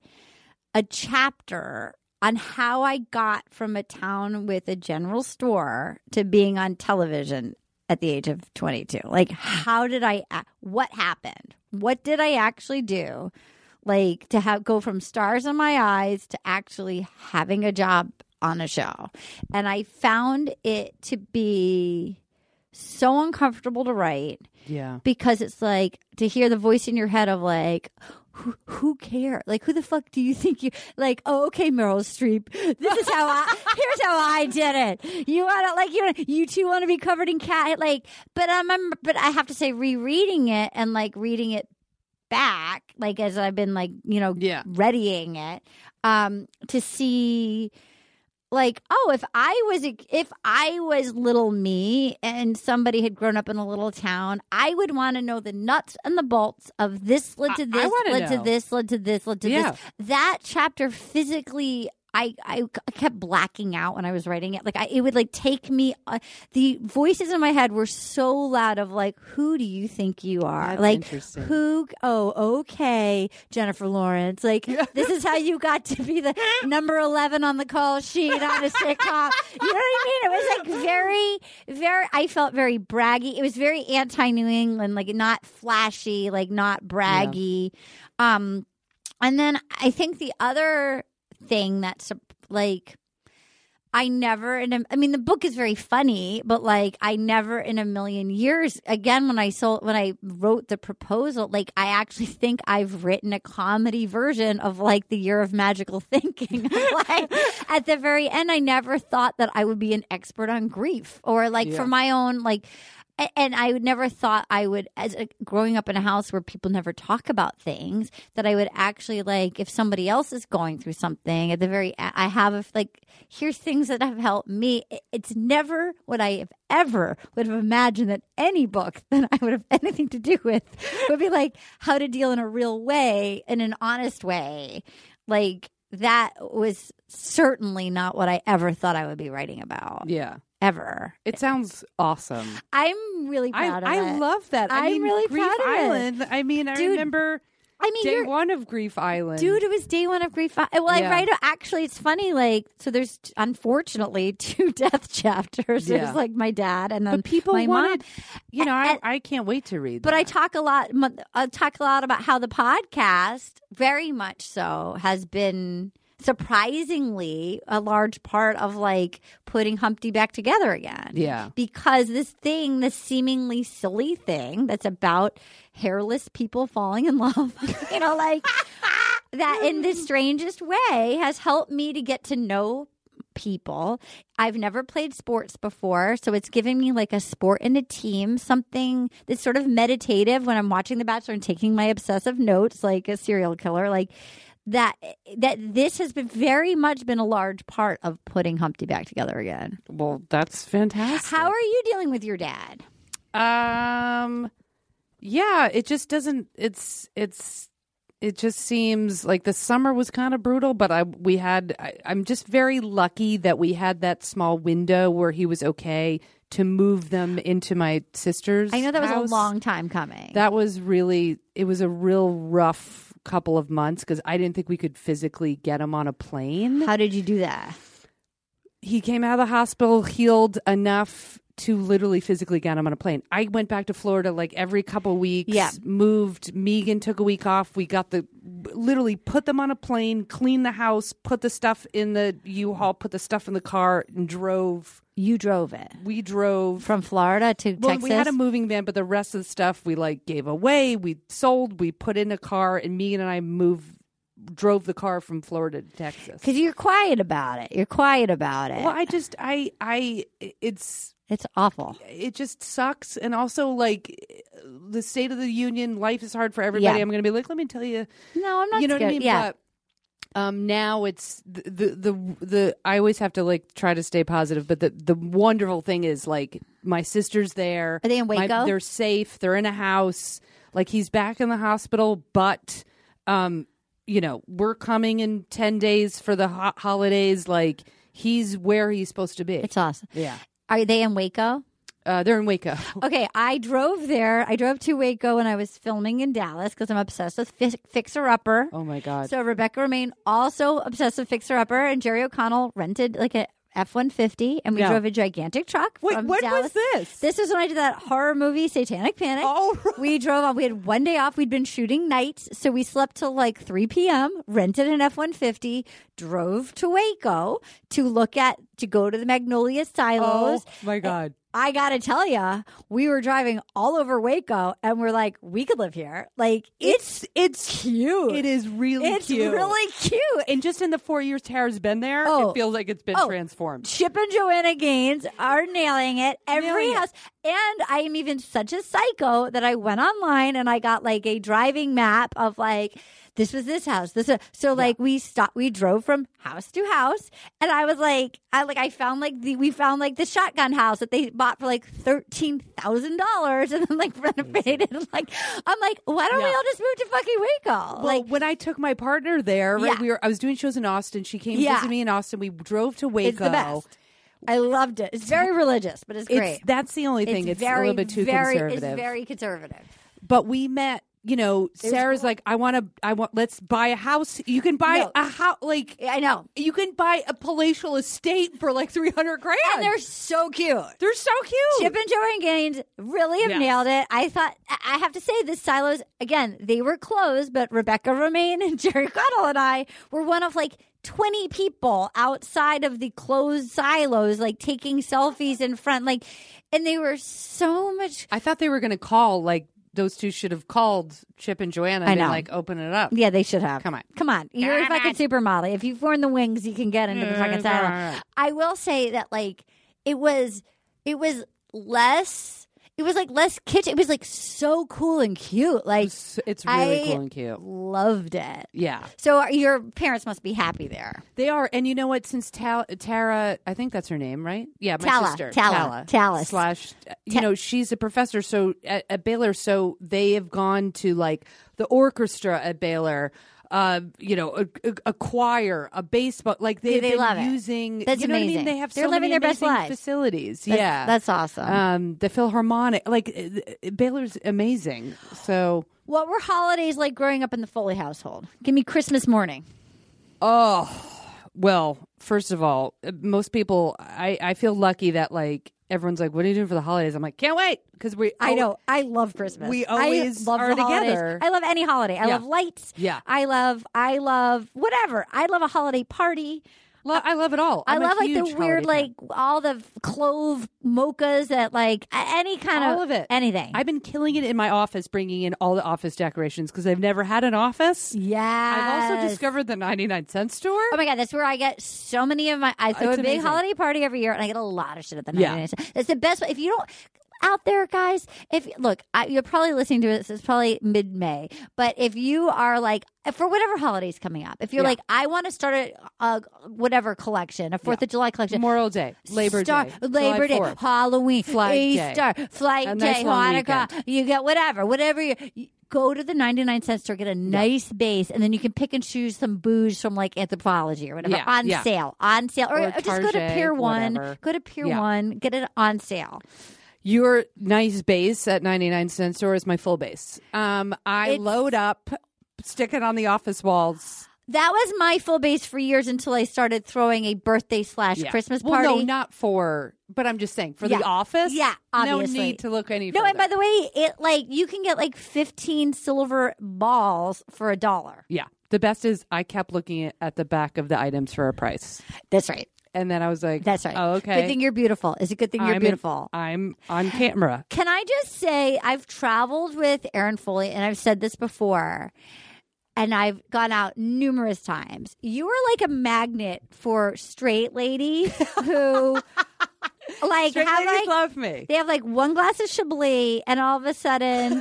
C: a chapter on how I got from a town with a general store to being on television at the age of 22. Like how did I a- what happened? What did I actually do? Like to have go from stars in my eyes to actually having a job on a show. And I found it to be so uncomfortable to write
E: Yeah.
C: because it's like to hear the voice in your head of like who, who care like who the fuck do you think you like oh okay meryl streep this is how i here's how i did it you want to like you know you two want to be covered in cat like but i'm, I'm but i have to say rereading it and like reading it back like as i've been like you know readying it um to see like oh if i was a, if i was little me and somebody had grown up in a little town i would want to know the nuts and the bolts of this led to
E: I- I
C: this
E: wanna
C: led to
E: know.
C: this led to this led to
E: Yeah.
C: this that chapter physically I, I c- kept blacking out when I was writing it. Like I, it would like take me. Uh, the voices in my head were so loud of like, who do you think you are?
E: That's
C: like
E: interesting.
C: who? Oh, okay, Jennifer Lawrence. Like this is how you got to be the number eleven on the call sheet on a sitcom. You know what I mean? It was like very, very. I felt very braggy. It was very anti New England, like not flashy, like not braggy. Um, and then I think the other thing that's like I never in a, I mean the book is very funny, but like I never in a million years again when I sold when I wrote the proposal, like I actually think I've written a comedy version of like the year of magical thinking. like at the very end I never thought that I would be an expert on grief or like
E: Yeah.
C: for my own like a- and I would never thought I would, as a, growing up in a house where people never talk about things, that I would actually like if somebody else is going through something at the very, e, I have a, like here's things that have helped me. It- It's never what I have ever would have imagined that any book that I would have anything to do with would be like how to deal in a real way, in an honest way, like that was certainly not what I ever thought I would be writing about.
E: Yeah.
C: Ever.
E: It sounds awesome.
C: I'm really
E: I-
C: proud of
E: I
C: it.
E: love that. I
C: am
E: mean,
C: really
E: Grief
C: proud of
E: Island,
C: it.
E: I mean, I
C: Dude,
E: remember
C: I mean,
E: day
C: you're-
E: one of Grief Island.
C: Dude, it was day one of grief. I- Well, I
E: Yeah.
C: write. Actually, it's funny. Like, so there's unfortunately two death chapters.
E: Yeah.
C: There's like my dad and then
E: But people
C: my mom.
E: wanted- you know, I, I can't wait to read.
C: But I talk a lot. mo- I talk a lot about how the podcast, very much so, has been surprisingly a large part of like putting Humpty back together again.
E: Yeah.
C: because this thing, this seemingly silly thing that's about hairless people falling in love, you know, like that in the strangest way has helped me to get to know people. I've never played sports before, so it's giving me like a sport and a team, something that's sort of meditative when I'm watching The Bachelor and taking my obsessive notes like a serial killer, like that that this has been very much been a large part of putting Humpty back together again.
E: Well, that's fantastic.
C: How are you dealing with your dad?
E: Um, yeah, it just doesn't. It's it's it just seems like the summer was kind of brutal, but I we had. I, I'm just very lucky that we had that small window where he was okay to move them into my sister's.
C: I know that was
E: house.
C: a long time coming.
E: That was really, it was a real rough couple of months because I didn't think we could physically get him on a plane.
C: How did you do that?
E: He came out of the hospital healed enough to literally physically get him on a plane. I went back to Florida like every couple weeks,
C: Yeah.
E: moved. Megan took a week off. We got the literally put them on a plane, cleaned the house, put the stuff in the U Haul, put the stuff in the car, and drove.
C: You drove it.
E: We drove
C: from Florida to
E: well,
C: Texas.
E: we had a moving van, but the rest of the stuff we like gave away, we sold, we put in a car, and Megan and I moved, drove the car from Florida to Texas.
C: because you're quiet about it. You're quiet about it.
E: Well, I just, I, I, it's,
C: it's awful.
E: it just sucks, and also like the state of the union, life is hard for everybody.
C: Yeah.
E: I'm going to be like, let me tell you,
C: No, I'm not
E: you know what I
C: scared.
E: mean?
C: Yeah.
E: But, um, now it's the, the the the I always have to like try to stay positive, but the the wonderful thing is like my sister's there.
C: Are they in
E: My-
C: Waco?
E: they're safe. They're in a house. Like he's back in the hospital, but um, you know we're coming in ten days for the ho- holidays. Like he's where he's supposed to be. It's
C: awesome.
E: Yeah.
C: Are they in Waco?
E: Uh, they're in Waco.
C: Okay, I drove there. I drove to Waco when I was filming in Dallas because I'm obsessed with fi- Fixer Upper.
E: Oh my god!
C: So Rebecca Romaine also obsessed with Fixer Upper, and Jerry O'Connell rented like a F one fifty, and we
E: Yeah.
C: drove a gigantic truck.
E: Wait,
C: from
E: when was
C: Dallas.
E: this?
C: This is when I did that horror movie, Satanic Panic. Oh, we drove on. We had one day off. We'd been shooting nights, so we slept till like three p.m. Rented an F one fifty, drove to Waco to look at to go to the Magnolia Silos.
E: Oh my god!
C: I gotta tell ya, we were driving all over Waco, and we're like, we could live here. Like it's it's cute.
E: It is really
C: it's
E: cute.
C: really cute.
E: And just in the four years Tara's been there,
C: Oh.
E: it feels like it's been
C: Oh.
E: transformed.
C: Chip and Joanna Gaines are nailing it every house. And I am even such a psycho that I went online and I got like a driving map of like this was this house. This uh, so like we stopped we drove from house to house and I was like I like I found like the we found like the shotgun house that they bought for like thirteen thousand dollars and then like renovated and like I'm like, why don't we
E: Yeah.
C: all just move to fucking Waco?
E: Well, when I took my partner there, right,
C: Yeah.
E: we were I was doing shows in Austin. She came
C: Yeah.
E: to visit me in Austin. We drove to Waco.
C: It's the best. I loved it. It's very religious, but it's
E: It's-
C: great.
E: that's the only thing. It's a little bit too
C: very,
E: conservative.
C: It's very conservative.
E: But we met. You know, Sarah's like, I want to, I want, let's buy a house. You can buy
C: No.
E: a house, like,
C: I know.
E: You can buy a palatial estate for like 300 grand.
C: And they're so cute.
E: They're so cute.
C: Chip and Joanne Gaines really have
E: Yes.
C: nailed it. I thought, I I have to say, the silos, again, they were closed, but Rebecca Romaine and Jerry Cottle and I were one of like 20 people outside of the closed silos, like taking selfies in front. Like, and they were so much.
E: I thought they were going to call, like, those two should have called Chip and Joanna
C: I
E: and been
C: know.
E: like, open it up.
C: Yeah, they should have.
E: Come on.
C: Come on. You're a fucking supermodel. If you've worn the wings, you can get into the fucking saddle. I will say that like it was it was less it was like less kitchen. It was like so cool and cute. Like it's,
E: really cool and cute.
C: Loved it.
E: Yeah.
C: So are- your parents must be happy there.
E: They are, and you know what? Since Tal- Tara, I think that's her name, right? Yeah, my
C: Tala,
E: sister,
C: Tala, Tala.
E: slash. uh, You know, she's a professor, so at, at Baylor, so they have gone to like the orchestra at Baylor. Uh, you know, a, a, a choir, a baseball, like
C: Dude,
E: they've
C: they
E: been
C: love it.
E: using.
C: That's
E: you know What I
C: amazing.
E: mean? They have
C: They're
E: so
C: living their
E: many
C: best
E: amazing
C: lives.
E: facilities.
C: That's-
E: yeah,
C: that's awesome.
E: Um, the Philharmonic, like uh, Baylor's amazing. So
C: What were holidays like growing up in the Foley household? Give me Christmas morning.
E: Oh, well, first of all, uh, most people, I, I feel lucky that like everyone's like, what are you doing for the holidays? I'm like, can't wait. Because we,
C: I
E: al-
C: know. I love Christmas.
E: We
C: I
E: always
C: love
E: are
C: the holidays.
E: together.
C: I love any holiday. I
E: Yeah.
C: love lights.
E: Yeah.
C: I love. I love whatever. I love a holiday party.
E: Lo- I love it all.
C: i
E: I'm a
C: love like the
E: huge
C: weird,
E: holiday
C: like all the clove mochas that like a- any kind
E: fan.
C: of
E: all of it,
C: anything.
E: I've been killing it in my office, bringing in all the office decorations because I've never had an office.
C: Yeah,
E: I've also
C: Yes.
E: discovered the 99 cent store.
C: Oh my god, that's where I get so many of my. I throw
E: It's
C: a big
E: amazing.
C: holiday party every year, and I get a lot of shit at the
E: Yeah.
C: 99 cents. It's the best. way- If you don't out there, guys, if look, I, you're probably listening to this. It's probably mid May, but if you are like for whatever holiday's coming up, if you're
E: Yeah.
C: like, I want to start a, a whatever collection, a Fourth of July collection,
E: Memorial Day, Labor
C: Star-
E: Day,
C: Labor
E: July
C: Day,
E: 4th.
C: Halloween,
E: Flag Day.
C: Easter, Flight
E: A nice
C: Day,
E: long
C: Hanukkah. You get whatever, whatever you. go to the 99 cent store, get a nice base, and then you can pick and choose some booze from like anthropology or whatever
E: Yeah,
C: on
E: yeah.
C: sale. On sale. Or,
E: Or
C: or just go to
E: Target,
C: Pier 1.
E: whatever.
C: Go to Pier
E: Yeah.
C: 1, get it on sale.
E: Your nice base at 99 cent store is my full base. Um, I load up, stick it on the office walls.
C: That was my full base for years until I started throwing a birthday slash
E: Yeah.
C: Christmas
E: Well,
C: party.
E: no, not for, but I'm just saying for the
C: Yeah.
E: office.
C: Yeah, obviously.
E: No need to look any.
C: No, and by the way, it like you can get like 15 silver balls for a dollar.
E: Yeah. The best is I kept looking at- at the back of the items for a price.
C: That's right.
E: And then I was like,
C: That's right.
E: Oh, okay.
C: Good thing you're beautiful. It's a good thing you're
E: I'm in-
C: beautiful.
E: I'm on camera.
C: Can I just say I've traveled with Aaron Foley, and I've said this before, and I've gone out numerous times. You are like a magnet for straight ladies who. Like
E: Straight
C: have like
E: ladies love me.
C: They have like one glass of Chablis, and all of a sudden, who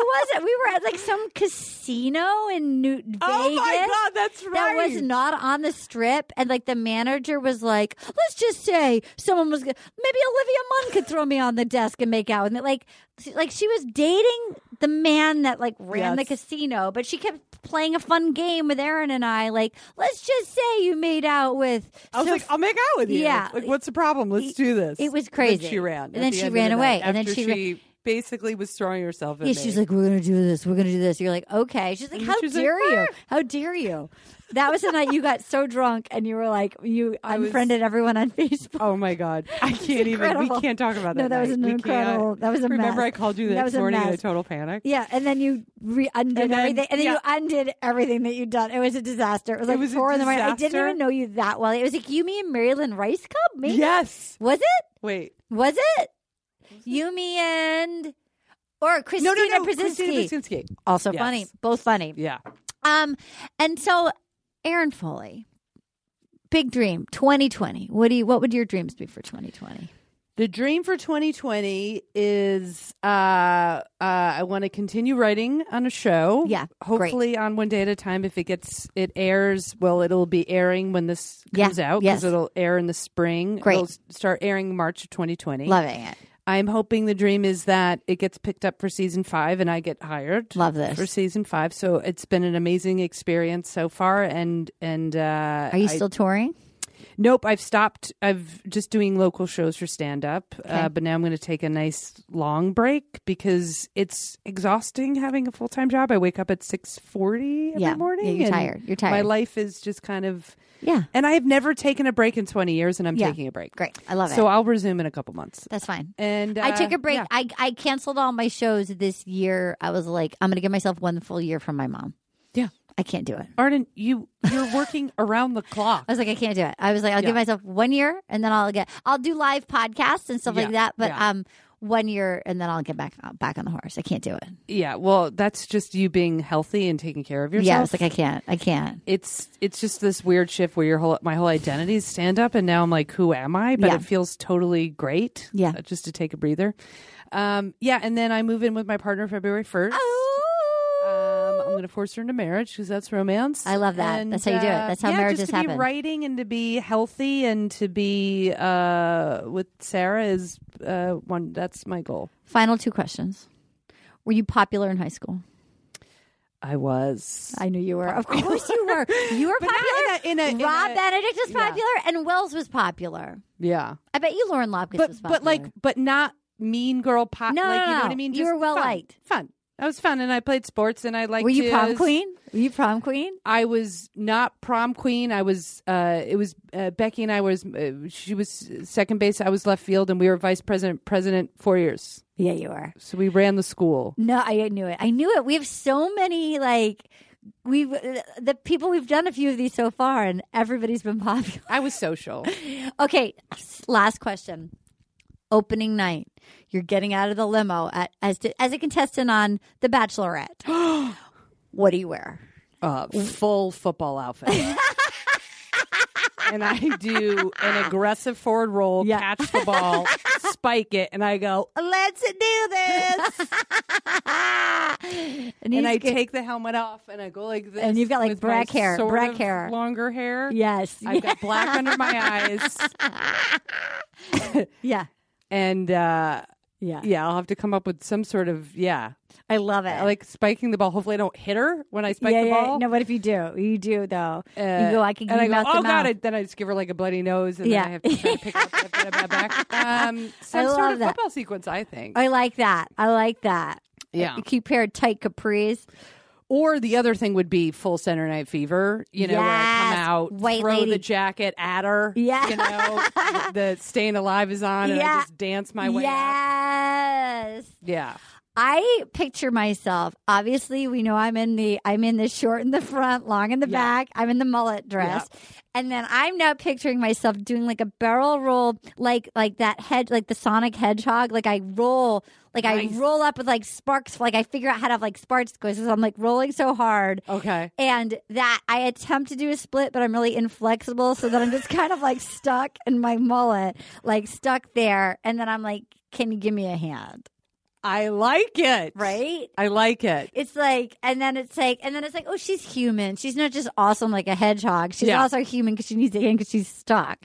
C: was it? We were at like some casino in New Vegas.
E: Oh my God, that's
C: That was
E: right.
C: not on the strip, and like the manager was like, "Let's just say someone was gonna- maybe Olivia Munn could throw me on the desk and make out with me." Like, she- like she was dating the man that like ran the
E: Yes.
C: casino, but she kept playing a fun game with Aaron and I. Like, let's just say you made out with.
E: I was
C: so-
E: like, I'll make out with you.
C: Yeah,
E: Like, what's the problem? Let's do this.
C: it was
E: And then
C: crazy.
E: she ran.
C: And
E: at
C: then
E: the
C: she
E: end of
C: ran
E: the
C: away.
E: night
C: And then
E: after
C: she
E: she,
C: ra-
E: basically was throwing herself at
C: Yeah,
E: me.
C: she's like, we're gonna do this. We're gonna do this. You're like, okay. She's like,
E: And
C: how
E: she's like,
C: dare you? How dare you? That was the night you got so drunk and you were like, you
E: I was-
C: unfriended everyone on Facebook.
E: Oh my god, I can't even. We
C: incredible.
E: can't talk about that.
C: No, that was
E: night.
C: an
E: We
C: incredible-
E: can't.
C: that was a
E: Remember,
C: mess.
E: I called you the
C: That
E: next
C: was a
E: morning in a
C: mess.
E: total panic.
C: Yeah, and then you re undid
E: And then-
C: everything, and then
E: yeah.
C: you undid everything that you'd done. It was a disaster. It was
E: It
C: like
E: was a
C: four in the morning. I didn't
E: disaster.
C: even know you that well. It was like you, me, and Maryland Rice Cub. Maybe
E: Yes.
C: was it?
E: Wait.
C: Was it? You, me, and or Christina
E: no, no,
C: Brzezinski.
E: Christina Brzezinski.
C: Also
E: Yes.
C: funny. Both funny.
E: Yeah.
C: Um, and so Aaron Foley, big dream, 2020. What do you? What would your dreams be for 2020?
E: The dream for 2020 is uh, uh, I want to continue writing on a show. Yeah, hopefully on one day at a time. If it gets it airs, well, it'll be airing when this
C: Yeah,
E: comes out
C: yes.
E: it'll air in the spring.
C: Great.
E: it'll s- start airing March of 2020.
C: Loving it.
E: I'm hoping the dream is that it gets picked up for season five and I get hired.
C: Love this.
E: for season five. So it's been an amazing experience so far. And and uh, are
C: Are you still touring?
E: Nope, I've stopped. I've just doing local shows for stand up,
C: Okay.
E: uh, but now I'm going to take a nice long break because it's exhausting having a full time job. I wake up at six forty every
C: Yeah. Yeah,
E: morning.
C: you're
E: and
C: tired. You're
E: My
C: tired.
E: life is just kind of
C: Yeah.
E: And I have never taken a break in twenty years, and I'm
C: Yeah.
E: taking a break.
C: Great, I love it.
E: So I'll resume in a couple months.
C: That's fine.
E: And
C: I took
E: uh,
C: a break.
E: yeah.
C: I I canceled all my shows this year. I was like, I'm going to give myself one full year from my mom.
E: Yeah,
C: I can't do it.
E: Arden, you you're working around the clock.
C: I was like, I can't do it. I was like, I'll
E: Yeah.
C: give myself one year, and then I'll get. I'll do live podcasts and stuff like
E: Yeah,
C: that. But
E: yeah.
C: um, one year, and then I'll get back uh, back on the horse. I can't do it.
E: Yeah, well, that's just you being healthy and taking care of yourself.
C: Yeah, it's like I can't. I can't.
E: It's it's just this weird shift where your whole my whole identity is stand up, and now I'm like, who am I? But
C: Yeah.
E: it feels totally great.
C: Yeah.
E: uh, just to take a breather. Um, yeah, and then I move in with my partner February first.
C: Oh.
E: Um, I'm going to force her into marriage because that's romance.
C: I love that.
E: And,
C: That's how you do it.
E: uh,
C: That's how
E: yeah,
C: marriages
E: just to
C: happen.
E: Be writing and to be healthy and to be uh, with Sarah is uh, one. That's my goal.
C: Final two questions. Were you popular in high school?
E: I was.
C: I knew you were. Of course you were. You were
E: But not
C: popular.
E: in a- in a- in
C: Rob
E: a-
C: Benedict was
E: yeah.
C: popular, and Wells was popular.
E: Yeah.
C: I bet you Lauren Lopkins
E: but
C: was popular.
E: but like but not mean girl pop.
C: No,
E: like,
C: no,
E: you know
C: no.
E: what I mean.
C: You were well liked.
E: Fun. I was fun, and I played sports, and I liked.
C: were you
E: to-
C: prom queen? Were you prom queen?
E: I was not prom queen. I was. Uh, it was uh, Becky and I was. Uh, she was second base. I was left field, and we were vice president. President four years.
C: Yeah, you were.
E: So we ran the school.
C: No, I knew it. I knew it. We have so many like we've the people we've done a few of these so far, and everybody's been popular.
E: I was social.
C: Okay, s- last question. Opening night, you're getting out of the limo at, as to, as a contestant on The Bachelorette. what do you wear?
E: Uh, full football outfit. and I do an aggressive forward roll, catch the ball, spike it, and I go. Let's do this.
C: And,
E: and
C: he's
E: I
C: good.
E: take the helmet off and I go like this.
C: And you've got, like,
E: with my
C: Brack hair,
E: sort
C: Brack
E: of
C: hair.
E: longer hair.
C: Yes.
E: I've got black under my eyes,
C: Yeah.
E: and uh,
G: Yeah.
E: Yeah, I'll have to come up with some sort of yeah.
C: I love it.
E: I like spiking the ball. Hopefully, I don't hit her when I spike
C: yeah,
E: the
C: yeah.
E: ball.
C: No, what if you do? You do though.
E: Uh,
C: you go. I can.
E: and I
C: you
E: go,
C: mouth to
E: oh god!
C: mouth."
E: I, then I just give her like a bloody nose, and
C: Yeah.
E: then I have to try to pick up the- the- the back. Um, some
C: I
E: sort
C: love
E: of
C: that.
E: football sequence, I think.
C: I like that. I like that.
E: Yeah.
C: You keep pair of tight capris.
E: Or the other thing would be full center night fever. You know, where I
C: Yes.
E: come out,
C: White
E: throw
C: lady.
E: the jacket at her.
C: Yeah.
E: you know, the, the staying alive is on, and
C: Yeah.
E: I just dance my way. up.
C: Yes.
E: Yeah.
C: I picture myself. Obviously, we know I'm in the I'm in the short in the front, long in the back. I'm in the mullet dress. And then I'm now picturing myself doing like a barrel roll like like that head like the Sonic Hedgehog. Like I roll like I roll up with like sparks like I figure out how to have like sparks goes. So I'm like rolling so hard.
E: Okay.
C: And that I attempt to do a split, but I'm really inflexible so that I'm just kind of like stuck in my mullet, like stuck there. And then I'm like, Can you give me a hand?
E: I like it.
C: Right?
E: I like it.
C: It's like, and then it's like, and then it's like, oh, she's human. She's not just awesome like a hedgehog. She's
E: Yeah.
C: also human because she needs to end because she's stuck.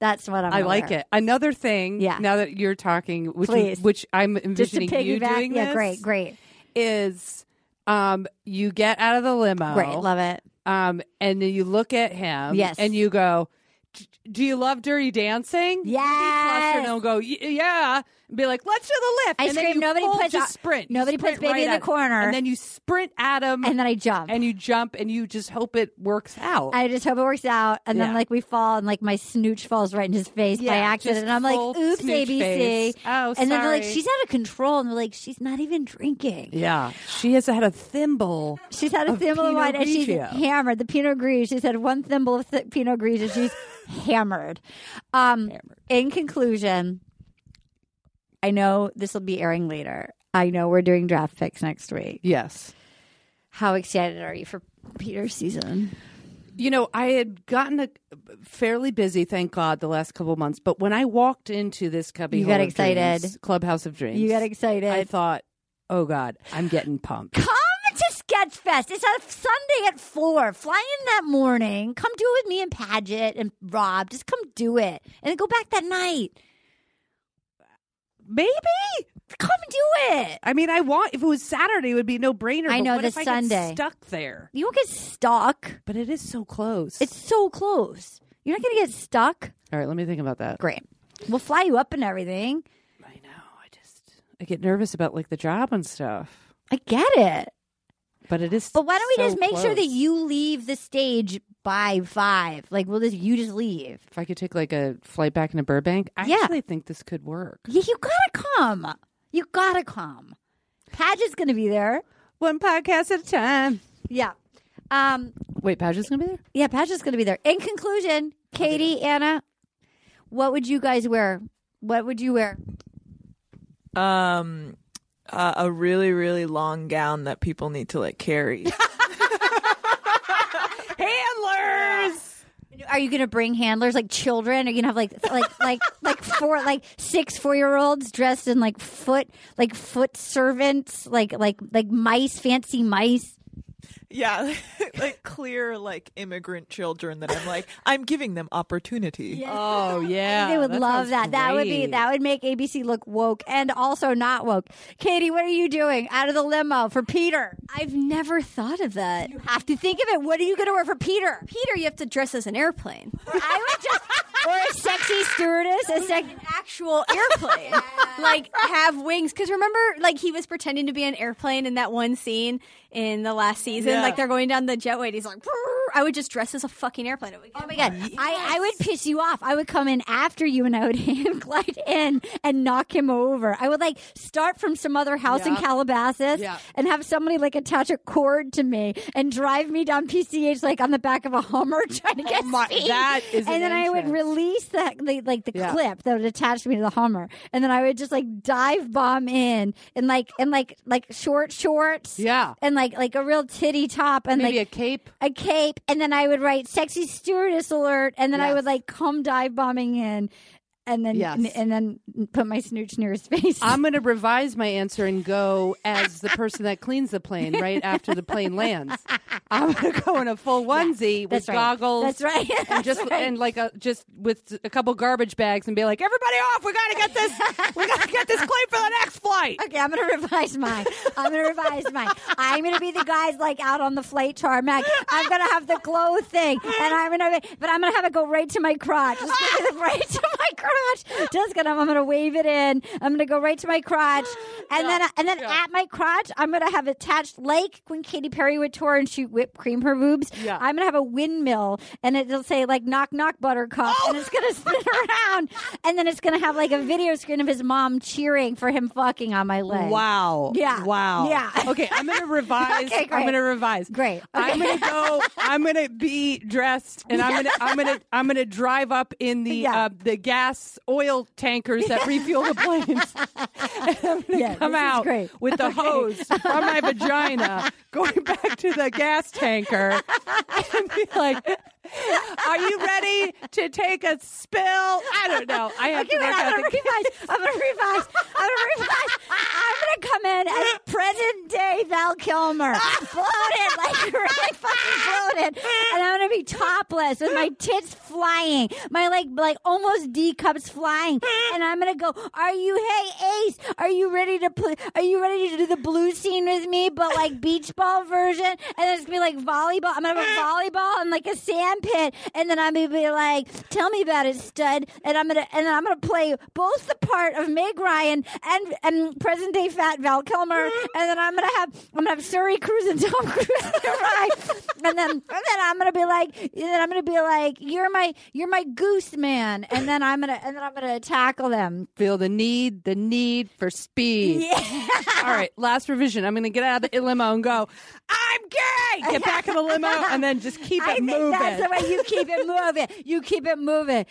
C: That's what I'm.
E: I like it. Another thing,
C: Yeah.
E: Now that you're talking, which
C: Please.
E: which I'm
C: Just to
E: envisioning you
C: piggyback,
E: doing
C: yeah,
E: this,
C: great, great.
E: is um you get out of the limo,
C: Right, love it.
E: Um, and then you look at him,
C: Yes.
E: and you go, "D- "Do you love Dirty Dancing?"
C: Yes.
E: and he'll go, "Y- "Yeah," and be like, "Let's do the lift."
C: I
E: and then
C: scream,
E: you
C: nobody
E: full
C: puts
E: just
C: o-
E: sprint. You
C: nobody puts
E: sprint
C: baby
E: right
C: in the
E: at him.
C: corner.
E: and then you sprint at him,
C: And then I jump.
E: and you jump, and you just hope it works out.
C: I just hope it works out, and then
E: Yeah.
C: like we fall, and like my snooch falls right in his face by
E: Yeah,
C: accident,
E: just
C: and I'm like,
E: full
C: "Oops,
E: snooch
C: ABC."
E: face. Oh,
C: and then they're like,
E: sorry.
C: "She's out of control," and they're like, "She's not even drinking."
E: yeah, she has had a thimble.
C: She's had a
E: of
C: thimble of
E: Pinot
C: wine and she's
E: Grigio.
C: hammered. The Pinot Gris. She's had one thimble of th- Pinot Gris and she's hammered. Um, In conclusion, I know this will be airing later. I know we're doing draft picks next week.
E: Yes.
C: How excited are you for Peter's season?
E: You know, I had gotten a fairly busy, thank God, the last couple of months. But when I walked into this cubby,
C: You got
E: hole of
C: excited.
E: dreams, clubhouse of dreams.
C: You got excited.
E: I thought, oh God, I'm getting pumped.
C: Come to Sketchfest. It's on Sunday at four. Fly in that morning. Come do it with me and Paget and Rob. Just come do it and then go back that night.
E: Maybe
C: come do it.
E: I mean, I want. If it was Saturday, it would be a no brainer.
C: I know,
E: What
C: this
E: if I
C: Sunday.
E: get stuck there.
C: You don't get stuck.
E: But it is so close.
C: It's so close. You're not going to get stuck.
E: All right, let me think about that.
C: Great. We'll fly you up and everything.
E: I get nervous about like the job and stuff,
C: I get it.
E: but it is.
C: But why don't we
E: so
C: just make sure that
E: close.
C: you leave the stage by five? Like, we'll just, you just leave.
E: If I could take like a flight back into Burbank, I
C: Yeah.
E: actually think this could work.
C: Yeah, you gotta come. You gotta come. Paget's gonna be there.
E: One podcast at a time.
C: Yeah. Um,
E: Wait, Paget's gonna be there.
C: yeah, Paget's gonna be there. In conclusion, Katie, Anna, what would you guys wear? What would you wear?
M: Um, uh, a really really long gown that people need to like carry.
C: handlers. Are you going to bring handlers like children? Are you going to have like like like like four like six four year olds dressed in like foot like foot servants like like like mice fancy mice?
M: yeah, like clear like immigrant children that I'm like I'm giving them opportunity.
E: Oh yeah,
C: they would love that. That would be that would make ABC look woke and also not woke. Katie, what are you doing out of the limo for Peter? I've never thought of that. You have to think of it. What are you going to wear for Peter? Peter, you have to dress as an airplane. I would just or a sexy stewardess, a sec-
N: actual airplane. like have wings because remember like he was pretending to be an airplane in that one scene in the last season
C: Yeah.
N: like they're going down the jetway and he's like "Brrr." i would just dress as a fucking airplane It would get-
C: Oh my god! I, I would piss you off. I would come in after you, and I would hand glide in and knock him over. I would like start from some other house in
N: Yeah.
C: Calabasas
N: Yeah.
C: and have somebody like attach a cord to me and drive me down PCH like on the back of a Hummer trying to get
E: my-
C: speed.
E: that is
C: And
E: an
C: then I would
E: entrance.
C: release that the, like the
E: Yeah.
C: clip that would attach me to the Hummer, and then I would just like dive bomb in and like and like like short shorts,
E: Yeah.
C: and like like a real titty top and
E: Maybe
C: like
E: a cape.
C: a cape, and then I would write "sexy stewardess alert," and then I would like come dive bombing in, and then
E: Yes.
C: n- and then put my snooch near his face.
E: I'm going to revise my answer and go as the person that cleans the plane right after the plane lands. I'm going to go in a full onesie with
C: that's right.
E: goggles.
C: That's right.
E: and
C: That's
E: just
C: right.
E: and like a, just with a couple garbage bags and be like, everybody off. We got to get this. we got to get this plane for the next flight.
C: Okay, I'm gonna revise mine. I'm gonna revise mine. I'm gonna be the guys like out on the flight tarmac. I'm gonna have the glow thing, and I'm gonna, be- but I'm gonna have it go right to my crotch. Just give it right to my crotch. Just gonna, I'm gonna wave it in. I'm gonna go right to my crotch, and then, and then at my crotch, I'm gonna have attached like when Katy Perry would tour and shoot whipped cream her boobs.
E: Yeah.
C: I'm gonna have a windmill, and it'll say like knock knock buttercup, and it's
E: Oh!
C: gonna spin around, and then it's gonna have like a video screen of his mom cheering for him fucking on my leg.
E: Wow.
C: Yeah.
E: Wow.
C: Yeah.
E: Okay, I'm gonna revise.
C: Okay,
E: I'm
C: great.
E: gonna revise.
C: Great.
E: I'm
C: Okay.
E: gonna go. I'm gonna be dressed, and I'm gonna. I'm gonna. I'm gonna drive up in the
C: Yeah.
E: uh, the gas oil tankers that refuel the planes. And I'm gonna
C: Yeah,
E: come
C: this is
E: out
C: great.
E: with the hose from my vagina, going back to the gas tanker, and be like, "Are you ready to take a spill?" I don't know. I have
C: Okay,
E: to
C: wait,
E: work
C: I'm
E: out
C: gonna
E: the
C: revise. I'm gonna revise. I'm gonna revise. I'm gonna come in as present day Val Kilmer, bloated, like really fucking bloated, and I'm gonna be topless with my tits flying, my like like almost D cups flying, and I'm gonna go. Are you? Hey Ace, are you ready to play? Are you ready to do the blue scene with me, but like beach ball version? And then it's gonna be like volleyball. I'm gonna have a volleyball and like a sand pit, and then I'm gonna be like, "Tell me about it, stud." And I'm gonna and then I'm gonna play both the part of Meg Ryan and and present day fat Val Kilmer, and then I'm gonna have I'm gonna have Surrey Cruz and Tom Cruise in the ride. and then and then I'm gonna be like, and then I'm gonna be like, "You're my you're my goose man," and then I'm gonna and then I'm gonna tackle them.
E: feel the need, the need for speed. All right, last revision. I'm going to get out of the limo and go, I'm gay! Get back in the limo and then just keep it
C: I think
E: moving.
C: That's the way you keep it moving. You keep it moving.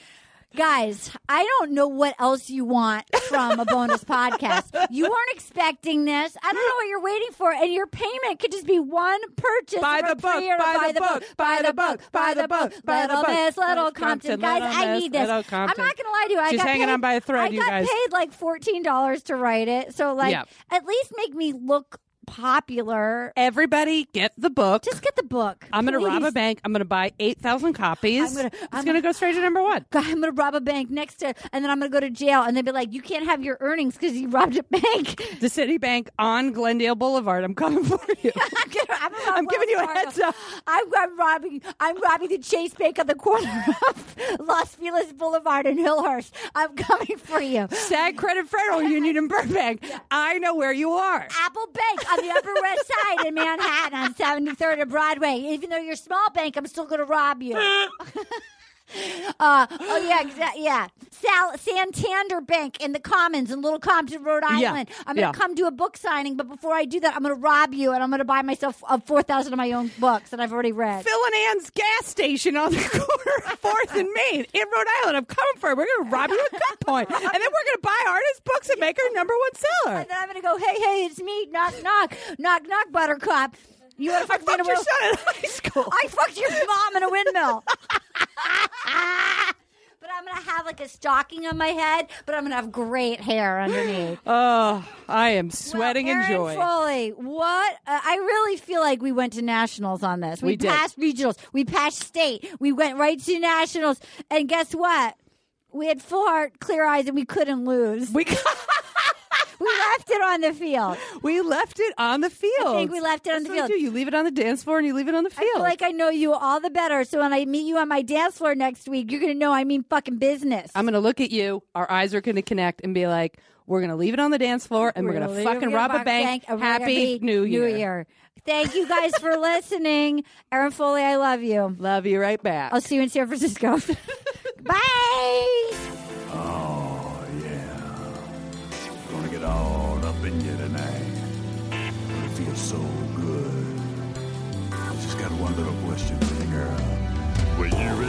C: Guys, I don't know what else you want from a bonus podcast. You weren't expecting this. I don't know what you're waiting for, and your payment could just be one purchase.
E: Buy
C: of
E: the
C: a
E: book,
C: pre-order.
E: buy the book, buy the book, buy the book, buy the
C: Little
E: book.
C: Miss, Little
E: Little
C: Compton,
E: Compton,
C: guys,
E: Little
C: I
E: Miss,
C: need this.
E: Little
C: I'm not
E: Compton.
C: gonna lie to you. I
E: She's
C: got
E: hanging
C: paid-
E: on by a thread,
C: I
E: you
C: got
E: guys.
C: paid like fourteen dollars to write it, so like
E: Yeah.
C: at least make me look popular.
E: Everybody get the book.
C: Just get the book.
E: I'm going to rob
C: please.
E: a bank. I'm going to buy 8,000 copies.
C: I'm gonna-
E: it's
C: I'm
E: going to go straight to number one.
C: God, I'm going to rob a bank next to, and then I'm going to go to jail. And they'd be like, you can't have your earnings because you robbed a bank.
E: The Citibank on Glendale Boulevard. I'm coming for you.
C: I'm, gonna, I'm, gonna rob
E: I'm giving
C: Wells
E: you a
C: Fargo.
E: heads up.
C: I'm, I'm robbing. I'm robbing the Chase Bank on the corner of Los Feliz Boulevard and Hillhurst. I'm coming for you.
E: SAG Credit Federal Union in Burbank. I know where you are.
C: Apple Bank on the Upper West Side in Manhattan on 73rd and Broadway. Even though you're a small bank, I'm still going to rob you. Uh, oh yeah, exa- yeah. Sal- Santander Bank in the Commons in Little Compton, Rhode
E: Yeah,
C: Island. I'm gonna
E: yeah.
C: come do a book signing, but before I do that, I'm gonna rob you and I'm gonna buy myself uh, four thousand of my own books that I've already read.
E: Phil and Ann's gas station on the corner of Fourth and Main in Rhode Island. I'm coming for it. We're going to rob you at gunpoint, and then we're going to buy artist books and make her number one seller.
C: and then I'm gonna go, hey, hey, it's me, knock, knock, knock, knock, Buttercup. You wanna fuck me in a
E: Fucked your
C: wheel-
E: son in high school.
C: I fucked your mom in a windmill. but I'm gonna have like a stocking on my head, but I'm gonna have great hair underneath.
E: Oh, I am sweating
C: well,
E: in
C: Erin
E: joy.
C: Foley, what? Uh, I really feel like we went to nationals on this. We,
E: We did.
C: passed regionals. We passed state. We went right to nationals. And guess what? We had full heart, clear eyes, and we couldn't lose.
E: We
C: we left it on the field.
E: We left it on the field.
C: I think we left it on
E: That's
C: the
E: what you
C: field.
E: do. You leave it on the dance floor and you leave it on the
C: I feel
E: field.
C: like I know you all the better. So when I meet you on my dance floor next week, you're gonna know I mean fucking business.
E: I'm going to look at you. Our eyes are going to connect and be like, we're going to leave it on the dance floor and we're, going to
C: Really?
E: fucking
C: We're
E: rob
C: gonna
E: a bank.
C: and we're gonna
E: Happy
C: be
E: New Year.
C: New Year. Thank you guys for listening. Erin Foley, I love you.
E: Love you right back.
C: I'll see you in San Francisco. Bye.
D: Oh, yeah. Gonna get all up in you tonight. It feels so good. I just got one little question for you, girl. Will you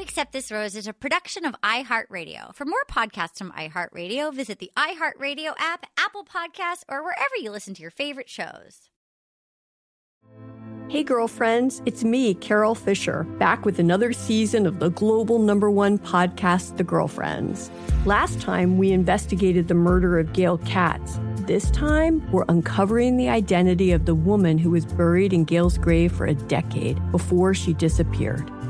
C: Accept This Rose is a production of iHeartRadio. For more podcasts from iHeartRadio, visit the iHeartRadio app, Apple Podcasts, or wherever you listen to your favorite shows.
G: Hey, girlfriends, it's me, Carol Fisher, back with another season of the global number one podcast, The Girlfriends. Last time, we investigated the murder of Gail Katz. This time, we're uncovering the identity of the woman who was buried in Gail's grave for a decade before she disappeared.